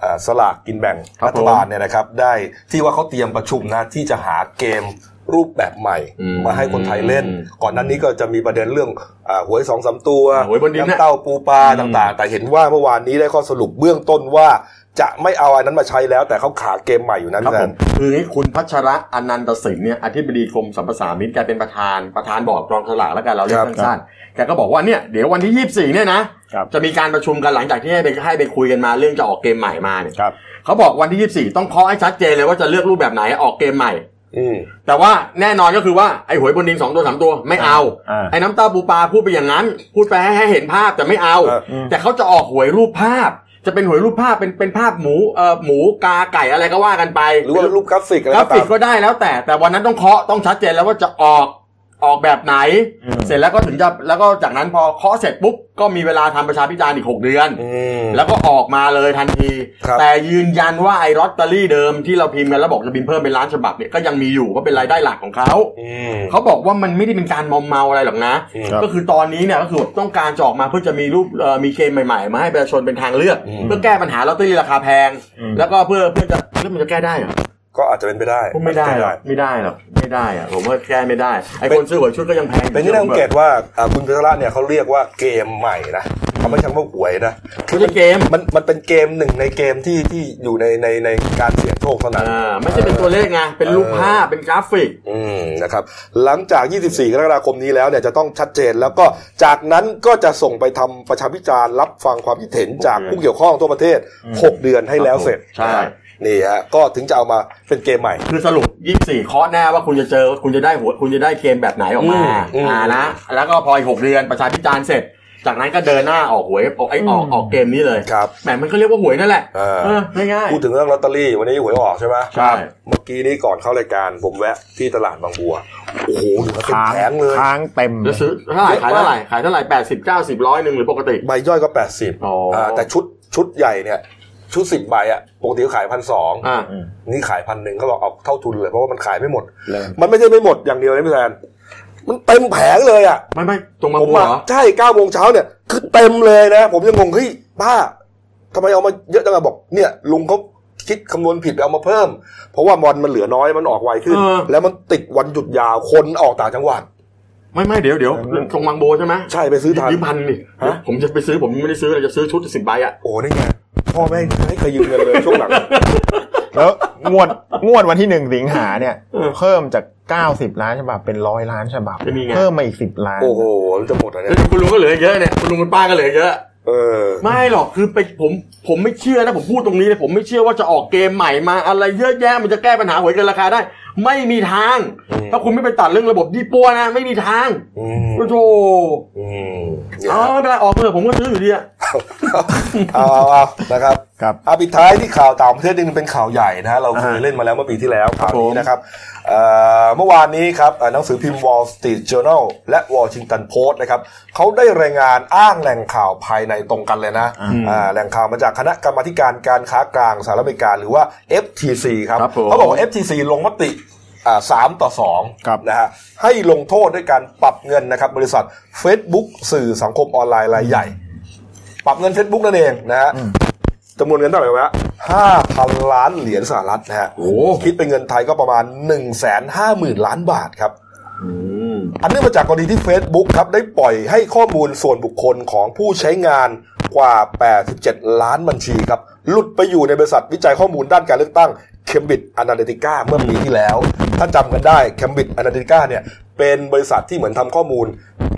A: เอ่อสลากกินแบ่ง
B: ครับ
A: รัฐบาลเนี่ยนะครับ ได้ที่ว่าเขาเตรียมประชุมนะที่จะหาเกมรูปแบบใหม่
B: อืม
A: มาให้คนไทยเล่น
B: อืม
A: ก่อนหนั้นนี้ก็จะมีประเด็นเรื่องอ่าหวยสองสามตัว
B: หวยบนดิน
A: ำ
B: นะ
A: เต้าปูปลาต่างๆ แต่เห็นว่าเมื่อวานนี้ได้ข้อสรุปเบื้องต้นว่า จะไม่เอาอันนั้นมาใช้แล้ว แต่เขาขาเกมใหม่อยู่นะพี่แซน
B: คืออย่างนี้คุณพัชระอนันตสินเนี่ยอธิบดีกรมสรรพสามิตแกเป็นประธานประธานบอร์ดกองสลากแล้วกันเราเรียก
A: ครับ
B: สั้นๆแกก็บอกว่าเนี่ยเดี๋ยววันที่ 24เนี่ยนะครับ จะมีการประชุมกันหลังจากที่ให้ไปให้ไปคุยกันมาเรื่องจะออกเกมใหม่มาเนี่ย
C: ครับ
B: เขาบอกวันที่ 24 ต้องเคาะให้ชัดเจนเลยว่าจะเลือกรูปแบบไหนออกเกมใหม่
A: อืม
B: แต่ว่าแน่นอนก็คือว่าไอ้หวยบนดินสองตัวสามตัวไม่เอา
E: อ่า
B: ไอ้น้ำตาปูปลาพูดไปอย่างนั้น พูดไปให้ให้เห็นภาพแต่ไม่เอา
A: เอออืม
B: แต่เขาจะออกหวยรูปภาพ จะเป็นหวยรูปภาพเป็นเป็นภาพหมูเอ่อหมูกาไก่อะไรก็ว่ากันไป
A: หรือว่ารูปกราฟิกอะไร
B: กรา
A: ก็ตา
B: ฟิก
A: ม
B: ก็ได้แล้วแต่ แต่วันนั้นต้องเคาะต้องชัดเจนแล้วว่าจะออกออกแบบไหน เสร็จแล้วก็ถึงจะแล้วก็จากนั้นพอเคาะเสร็จปุ๊บก็มีเวลาทำประชาพิจารณ์อีกหกเดือน
A: อืม
B: แล้วก็ออกมาเลยทันที
A: ครับ
B: แต่ยืนยันว่าไอ้ลอตเตอรี่เดิมที่เราพิมพ์กันแล้วบอกจะพิมพ์เพิ่มเป็นล้านฉบับเนี่ยก็ยังมีอยู่ก็เป็นรายได้หลักของเขา
A: อืม
B: เขาบอกว่ามันไม่ได้เป็นการมอมเมาอะไรหรอกนะ
A: ครับ
B: ก็คือตอนนี้เนี่ยก็คือแบบต้องการจะออกมาเพื่อจะมีรูปเอ่อมีเกมใหม่ๆ มาให้ประชาชนเป็นทางเลือก เพื่อแก้ปัญหาลอตเตอรี่ราคาแพง แล้วก็เพื่อเพื่อจะเรื่องมันจะแก้ได้เหรอ
A: ก็อาจจะเป็นไปได้
B: ไม่ได้
A: เป็นป
B: หรอกไม่ได้หรอกไม่ได้อะผมว่าแก้ไม่ได้ไอ้คนซื้อหวยชุดก็ยังแพง
A: เป็นที่น่าสังเกตว่าอ่าคุณพัชระเนี่ยเขาเรียกว่าเกมใหม่นะเขาไม่ใช่คำว่าหวยนะ
B: ไม่ใช่เกม
A: มันมันเป็นเกมหนึ่งในเกมที่ที่อยู่ในในในการเสี่ยงโชคเท่านั้น
B: อ่าไม่ใช่เป็นตัวเลขไงเป็นรูปภาพเป็นกราฟิก
A: อืมนะครับหลังจาก 24 กรกฎาคมนี้แล้วเนี่ยจะต้องชัดเจนแล้วก็จากนั้นก็จะส่งไปทำประชาพิจารณ์รับฟังความคิดเห็นจากผู้เกี่ยวข้องทั่วประเทศ 6 เดือนให้แล้วเสร็จ
B: ใช่
A: นี่ฮะก็ถึงจะเอามาเป็นเกมใหม่
B: คือสรุป 24เคาะหน้าว่าคุณจะเจอ คุณจะได้หัวคุณจะได้เกมแบบไหนออกมา
A: อืมอืม
B: อ่านะ แล้วก็พออีกหกเดือนประชาพิจารณ์เสร็จ จากนั้นก็เดินหน้าออกหวยออกไอ้ออกออกเกมนี้เลย
A: ครับ
B: แหมมันก็เรียกว่าหวยนั่นแหละ
A: เออ
B: เออง่ายๆ
A: พูดถึงเรื่องลอตเตอรี่วันนี้หวยออกใช่ไหม
B: ครับ
A: เมื่อกี้นี้ก่อนเข้ารายการผมแวะที่ตลาดบางบัว โอ้โหเหลือเป็น
E: ค้าง
A: แผงเลย
E: ค้างเต็ม
B: แล้วซื้อเท่าไหร่ขายเท่าไหร่ขายเท่าไหร่แปดสิบเก้าสิบร้อยหนึ่งหรือปกติ
A: ใบย่อยก็ 80
B: อ๋ออ่
A: าแต่ชุดชุดใหญ่เนี่ย ชุด 10 ใบอ่ะปกติเขาขายพันสอง
B: อ่า
A: นี่ขายพันหนึ่งเขาบอกเอาเท่าทุนเลยเพราะว่ามันขายไม่หมด
E: เลย
A: มันไม่ใช่ไม่หมดอย่างเดียวนะพี่แซนมันเต็มแผงเลยอ่ะ
B: ไม่ไม่ตรงมา
A: ผม
B: บัว
A: มา
B: เหรอ
A: ใช่เก้าโมงเช้าเนี่ย คือเต็มเลยนะ ผมยังงงเฮ้ยป้าทำไมเอามาเยอะจังอะบอก เนี่ยลุงเขาคิดคำนวณผิดไปเอามาเพิ่ม เพราะว่าบอลมันเหลือน้อยมันออกไวขึ้น แล้วมันติดวันหยุดยาวคนออกต่างจังหวัด
B: ไม่ไม่เดี๋ยวเดี๋ยวตรงบางโบวใช่ไหม
A: ใช่ไปซื้อทัน
B: ยืมพันนี่
A: ฮะ
B: ผมจะไปซื้อผมไม่ได้ซื้อเลยจะซื้อชุดสิบใบอ่ะ
A: โอ้นี่ไงพ่อแม่ให้เคยยืมเงินเลยช่วง หลัง
E: แล้ว งวดงวดวันที่หนึ่งสิงหาเนี่ย เพิ่มจาก 90 ล้านฉบับเป็นร้อยล้านฉบับ เพิ่มมาอีก 10 ล้าน
A: โอ้โหจะหมดแล้วเนี่ย
B: แล้วคุณลุงก็เหลือเยอะเนี่ยคุณลุงคุณป้าก็เหลือเยอะ
A: เออ
B: ไม่หรอกคือไปผมผมไม่เชื่อนะผมพูดตรงนี้เลยผมไม่เชื่อว่าจะออกเกมใหม่มา อะไรเยอะแยะมันจะแก้ปัญหาหวยเกินราคาได้ ไม่มีทาง
A: อืม
B: ถ้าคุณไม่ไปตัดเรื่องระบบยี่ปัวนะ ไม่มีทาง
A: อืม
B: โอ้โห
A: อืม
B: อ๋อไม่เป็นไรออกเถอะผมก็ซื้ออยู่ดีอะ
A: เอาเอาเอานะครับ
E: ครับ
A: อาปิดท้ายที่ข่าวต่างประเทศนึงเป็นข่าวใหญ่นะฮะเราเคยเล่นมาแล้วเมื่อปีที่แล้วข่าวนี้นะครับเอ่อเมื่อวานนี้ครับเอ่อหนังสือพิมพ์ Wall Street Journal และ Washington Post นะครับเขาได้รายงานอ้างแหล่งข่าวภายในตรงกันเลยนะอ่าแหล่งข่าวมาจากคณะกรรมาธิการการค้ากลางสหรัฐอเมริกาหรือว่า FTC ครับเขาบอกว่า FTC ลงมติอ่าสามต่อสอง
E: ครับ
A: นะฮะให้ลงโทษด้วยการปรับเงินนะครับบริษัท Facebook สื่อสังคมออนไลน์รายใหญ่ ปรับเงิน Facebook นั่นเองนะฮะ จำนวนเงินเท่าไหร่วะห้าพันล้านเหรียญสหรัฐนะฮะคิดเป็นเงินไทยก็ประมาณ1นึ่งแสนห้าหมื่นล้านบาทครับ อันเนื่องมาจากกรณีที่ Facebook ครับได้ปล่อยให้ข้อมูลส่วนบุคคลของผู้ใช้งานกว่า 87 ล้านบัญชีครับ หลุดไปอยู่ในบริษัทวิจัยข้อมูลด้านการเลือกตั้ง Cambridge Analytica เมื่อปีที่แล้ว ถ้าจำกันได้ Cambridge Analytica เนี่ยเป็นบริษัทที่เหมือนทำข้อมูล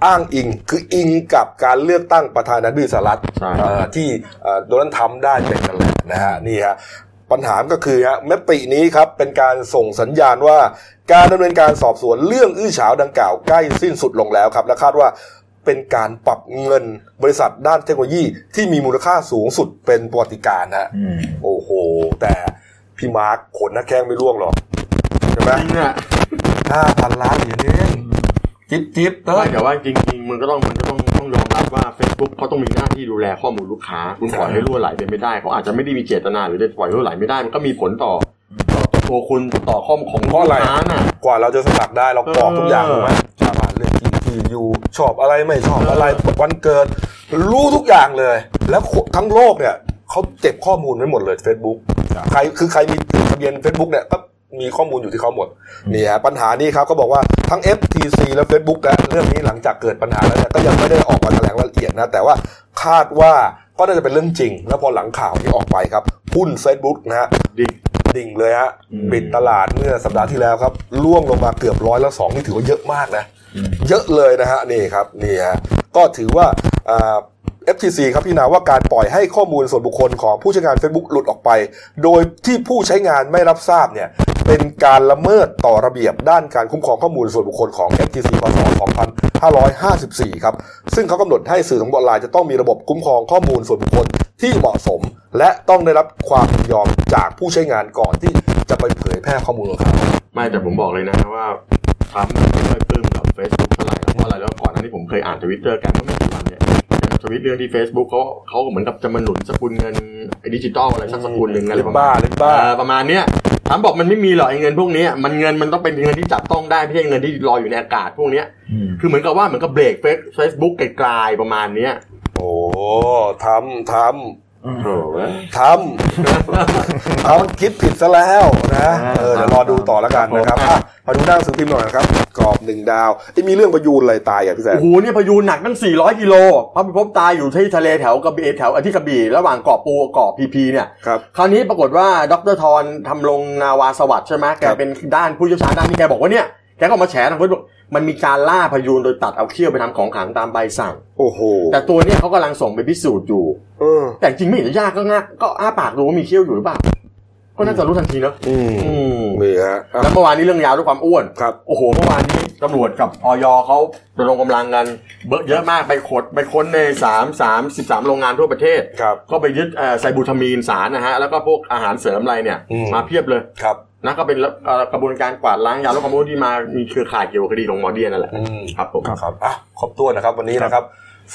A: อ้างอิง คืออิงกับการเลือกตั้งประธานาธิบดีสหรัฐเอ่อที่เอ่อโดนัลด์ทรัมป์ได้เป็นกันแหละนะฮะนี่ฮะ ปัญหาก็คือฮะมตินี้ครับเป็นการส่งสัญญาณว่า การดำเนินการสอบสวนเรื่องอื้อฉาวดังกล่าวใกล้สิ้นสุดลงแล้วครับ และคาดว่าเป็นการปรับเงินบริษัทด้านเทคโนโลยีที่มีมูลค่าสูงสุดเป็นประวัติการณ์นะฮะโอ้โห แต่พี่มาร์คขนหน้าแข้งไม่ร่วงหรอกใช่ไหม
B: จริงอะ
A: ห้าพันล้านเหรียญเองจิ๊บจิ๊บเต้
B: ไม่
A: ย
B: แต่ว่าจริงๆมันก็ต้องมันก็ต้องต้องยอมรับว่า Facebook เขาต้องมีหน้าที่ดูแลข้อมูลลูกค้า คุณปล่อยให้รั่วไหลไปไม่ได้เขาอาจจะไม่ได้มีเจตนาหรือได้ปล่อยให้รั่วไหลไม่ได้มันก็มีผลต่อต่อตัวคุณต่อข้อมูลของลูกค้าน่ะ
A: กว่าเราจะสมัครได้เรากรอกทุกอย่างถูกไหมชาวบ้านเรื่องที่ที่อยู่ชอบอะไรไม่ชอบอะไรวันเกิด รู้ทุกอย่างเลย แล้วทั้งโลกเนี่ยเขาเก็บข้อมูลไว้หมดเลย Facebook ใครคือใครมีทะเบียน Facebook เนี่ยก็มีข้อมูลอยู่ที่เขาหมดนี่ฮะปัญหานี้ครับก็บอกว่าทั้ง FTC และ Facebook และเรื่องนี้หลังจากเกิดปัญหาแล้วเนี่ยก็ยังไม่ได้ออกมาแถลงรายละเอียดนะแต่ว่าคาดว่าก็น่าจะเป็นเรื่องจริง แล้วพอหลังข่าวนี้ออกไปครับหุ้น Facebook นะฮะ
B: ดิ่ง
A: ดิ่งเลยฮะปิดตลาดเมื่อสัปดาห์ที่แล้วครับร่วงลงมาเกือบร้อยละสองนี่ถือว่าเยอะมากนะ เยอะเลยนะฮะนี่ครับนี่ฮะก็ถือว่าอ่า FTC ครับพี่นาว่าการปล่อยให้ข้อมูลส่วนบุคคลของผู้ใช้งาน Facebook หลุดออกไป โดยที่ผู้ใช้งานไม่รับทราบเนี่ย เป็น เป็นการละเมิดต่อระเบียบด้านการคุ้มครองข้อมูลส่วนบุคคลของ FTC พศ2554 ครับ ซึ่งเขากำหนดให้สื่อสังคมออนไลน์จะต้องมีระบบคุ้มครองข้อมูลส่วนบุคคลที่เหมาะสม และต้องได้รับความยินยอมจากผู้ใช้งานก่อนที่จะไปเผยแพร่ข้อมูลของเขา
B: ไม่แต่ผมบอกเลยนะว่าทรัมป์ไม่ค่อยปลื้มกับ Facebook เท่าไหร่เพราะอะไรแล้วก่อนหน้านี้ผมเคยอ่านทวิตเตอร์แกเมื่อไม่กี่วันเนี่ยทวิตเรื่องที่ Facebook เขาเขาเหมือนกับจะมาหนุนสกุลเงินไอ้ดิจิตอลอะไรสักสกุลหนึ่งอะไรประมาณ
A: บ้าเล่นบ้า
B: เออประมาณเนี้ยทรัมป์บอกมันไม่มีหรอกไอ้เงินพวกเนี้ยมันเงินมันต้องเป็นเงินที่จับต้องได้ไม่ใช่เงินที่ลอยอยู่ในอากาศพวกเนี้ยคือเหมือนกับว่าเหมือนกับเบรกเฟซบุ๊กไกลๆประมาณเนี้ย
A: โอ้ทำทำ
B: โอ้ย
A: ทำ ทำคิดผิดซะแล้วนะเออเดี๋ยวรอดูต่อแล้วกันนะครับอ่ะมาดูด้านหนังสือพิมพ์หน่อยนะครับกรอบหนึ่งดาวไอ้ยมีเรื่องประยูนอะไรตายอ่ะพี่แซม
B: โอ้โหเนี่ยพายุหนักตั้ง 400กิโลพระพิภพตายอยู่ที่ทะเลแถวกระบี่แถวที่กระบี่ระหว่างเกาะปูกับเกาะพีพีเนี่ย
A: ครับ
B: คราวนี้ปรากฏว่าดรทรทำลงนาวาสวัสดิ์ใช่ไหมแกเป็นด้านผู้เชี่ยวชาญด้านนี้แกบอกว่าเนี่ยแกก็ออกมาแฉทางเฟซบุ๊กมันมีการล่าพยูนโดยตัดเอาเขี้ยวไปทำของขลังตามใบสั่ง
A: โอ้โห
B: แต่ตัวเนี่ยเขากำลังส่งไปพิสูจน์อยู่
A: เออ
B: แต่จริงไม่เห็นจะยากก็งักก็อ้าปากดูว่ามีเขี้ยวอยู่หรือเปล่าก็น่าจะรู้ทันทีเนอะ
A: อืม
B: อืม
A: นี่ฮะอ่ะ
B: แล้วเมื่อวานนี้เรื่องยาวด้วยความอ้วน
A: ครับ
B: โอ้โห เมื่อวานนี้ตำรวจกับออยเขาระดมกำลังกันเบอะเยอะมากไปขดไปค้นในสามสามสิบสามโรงงานทั่วประเทศ
A: ครับ
B: ก็ไปยึดเอ่อไซบูทามีนสารนะฮะ แล้วก็พวกอาหารเสริมอะไรเนี่ย
A: อืม
B: มาเพียบเลย
A: ครับ
B: นะก็เป็นเอ่อกระบวนการกวาดล้างยาลดความอ้วนที่มามีเครือข่ายเกี่ยวกับคดีของหมอเดียนั่นแหละ
A: อืม
B: ครับผม
A: ครับอ่ะครบตัวนนะครับวันนี้นะครับ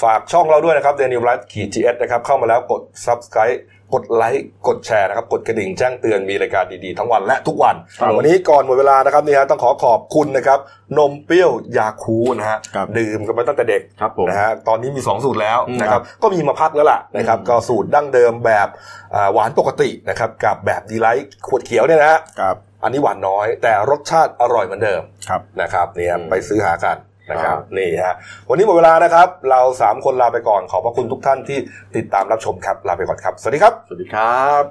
A: ฝากช่องเราด้วยนะครับ d a n i e l l i f e ขีดจีเอสนะครับ เข้ามาแล้วกด subscribe กดไลค์กดแชร์นะครับ กดกระดิ่งแจ้งเตือนมีรายการดีๆ ทั้งวันและทุกวัน
B: ครับ
A: วันนี้ก่อนหมดเวลานะครับนี่ฮะต้องขอขอบคุณนะครับ นมเปรี้ยวยาคูนะฮะ
B: ครับ
A: ดื่มกันมาตั้งแต่เด็ก
B: ครับผม
A: นะฮะตอนนี้มี 2 สูตรแล้ว
B: อืม
A: นะครับก็มีมาพักแล้วล่ะนะครับ
B: อืม
A: ก็สูตรดั้งเดิมแบบอ่าหวานปกตินะครับกับแบบดีไลท์ขวดเขียวเนี่ยนะฮะ
E: ครับ
A: อันนี้หวานน้อย แต่รสชาติอร่อยเหมือนเดิม
E: ครับ
A: นะครับเนี่ย
B: อืม
A: ไปซื้อหากันนะครั
B: ครับ บ
A: นี่ฮะวันนี้หมดเวลานะครับ เรา 3 คนลาไปก่อนขอบพระคุณทุกท่านที่ติดตามรับชมครับลาไปก่อนครับ สวัสดีครับ
B: สวัสดีครับ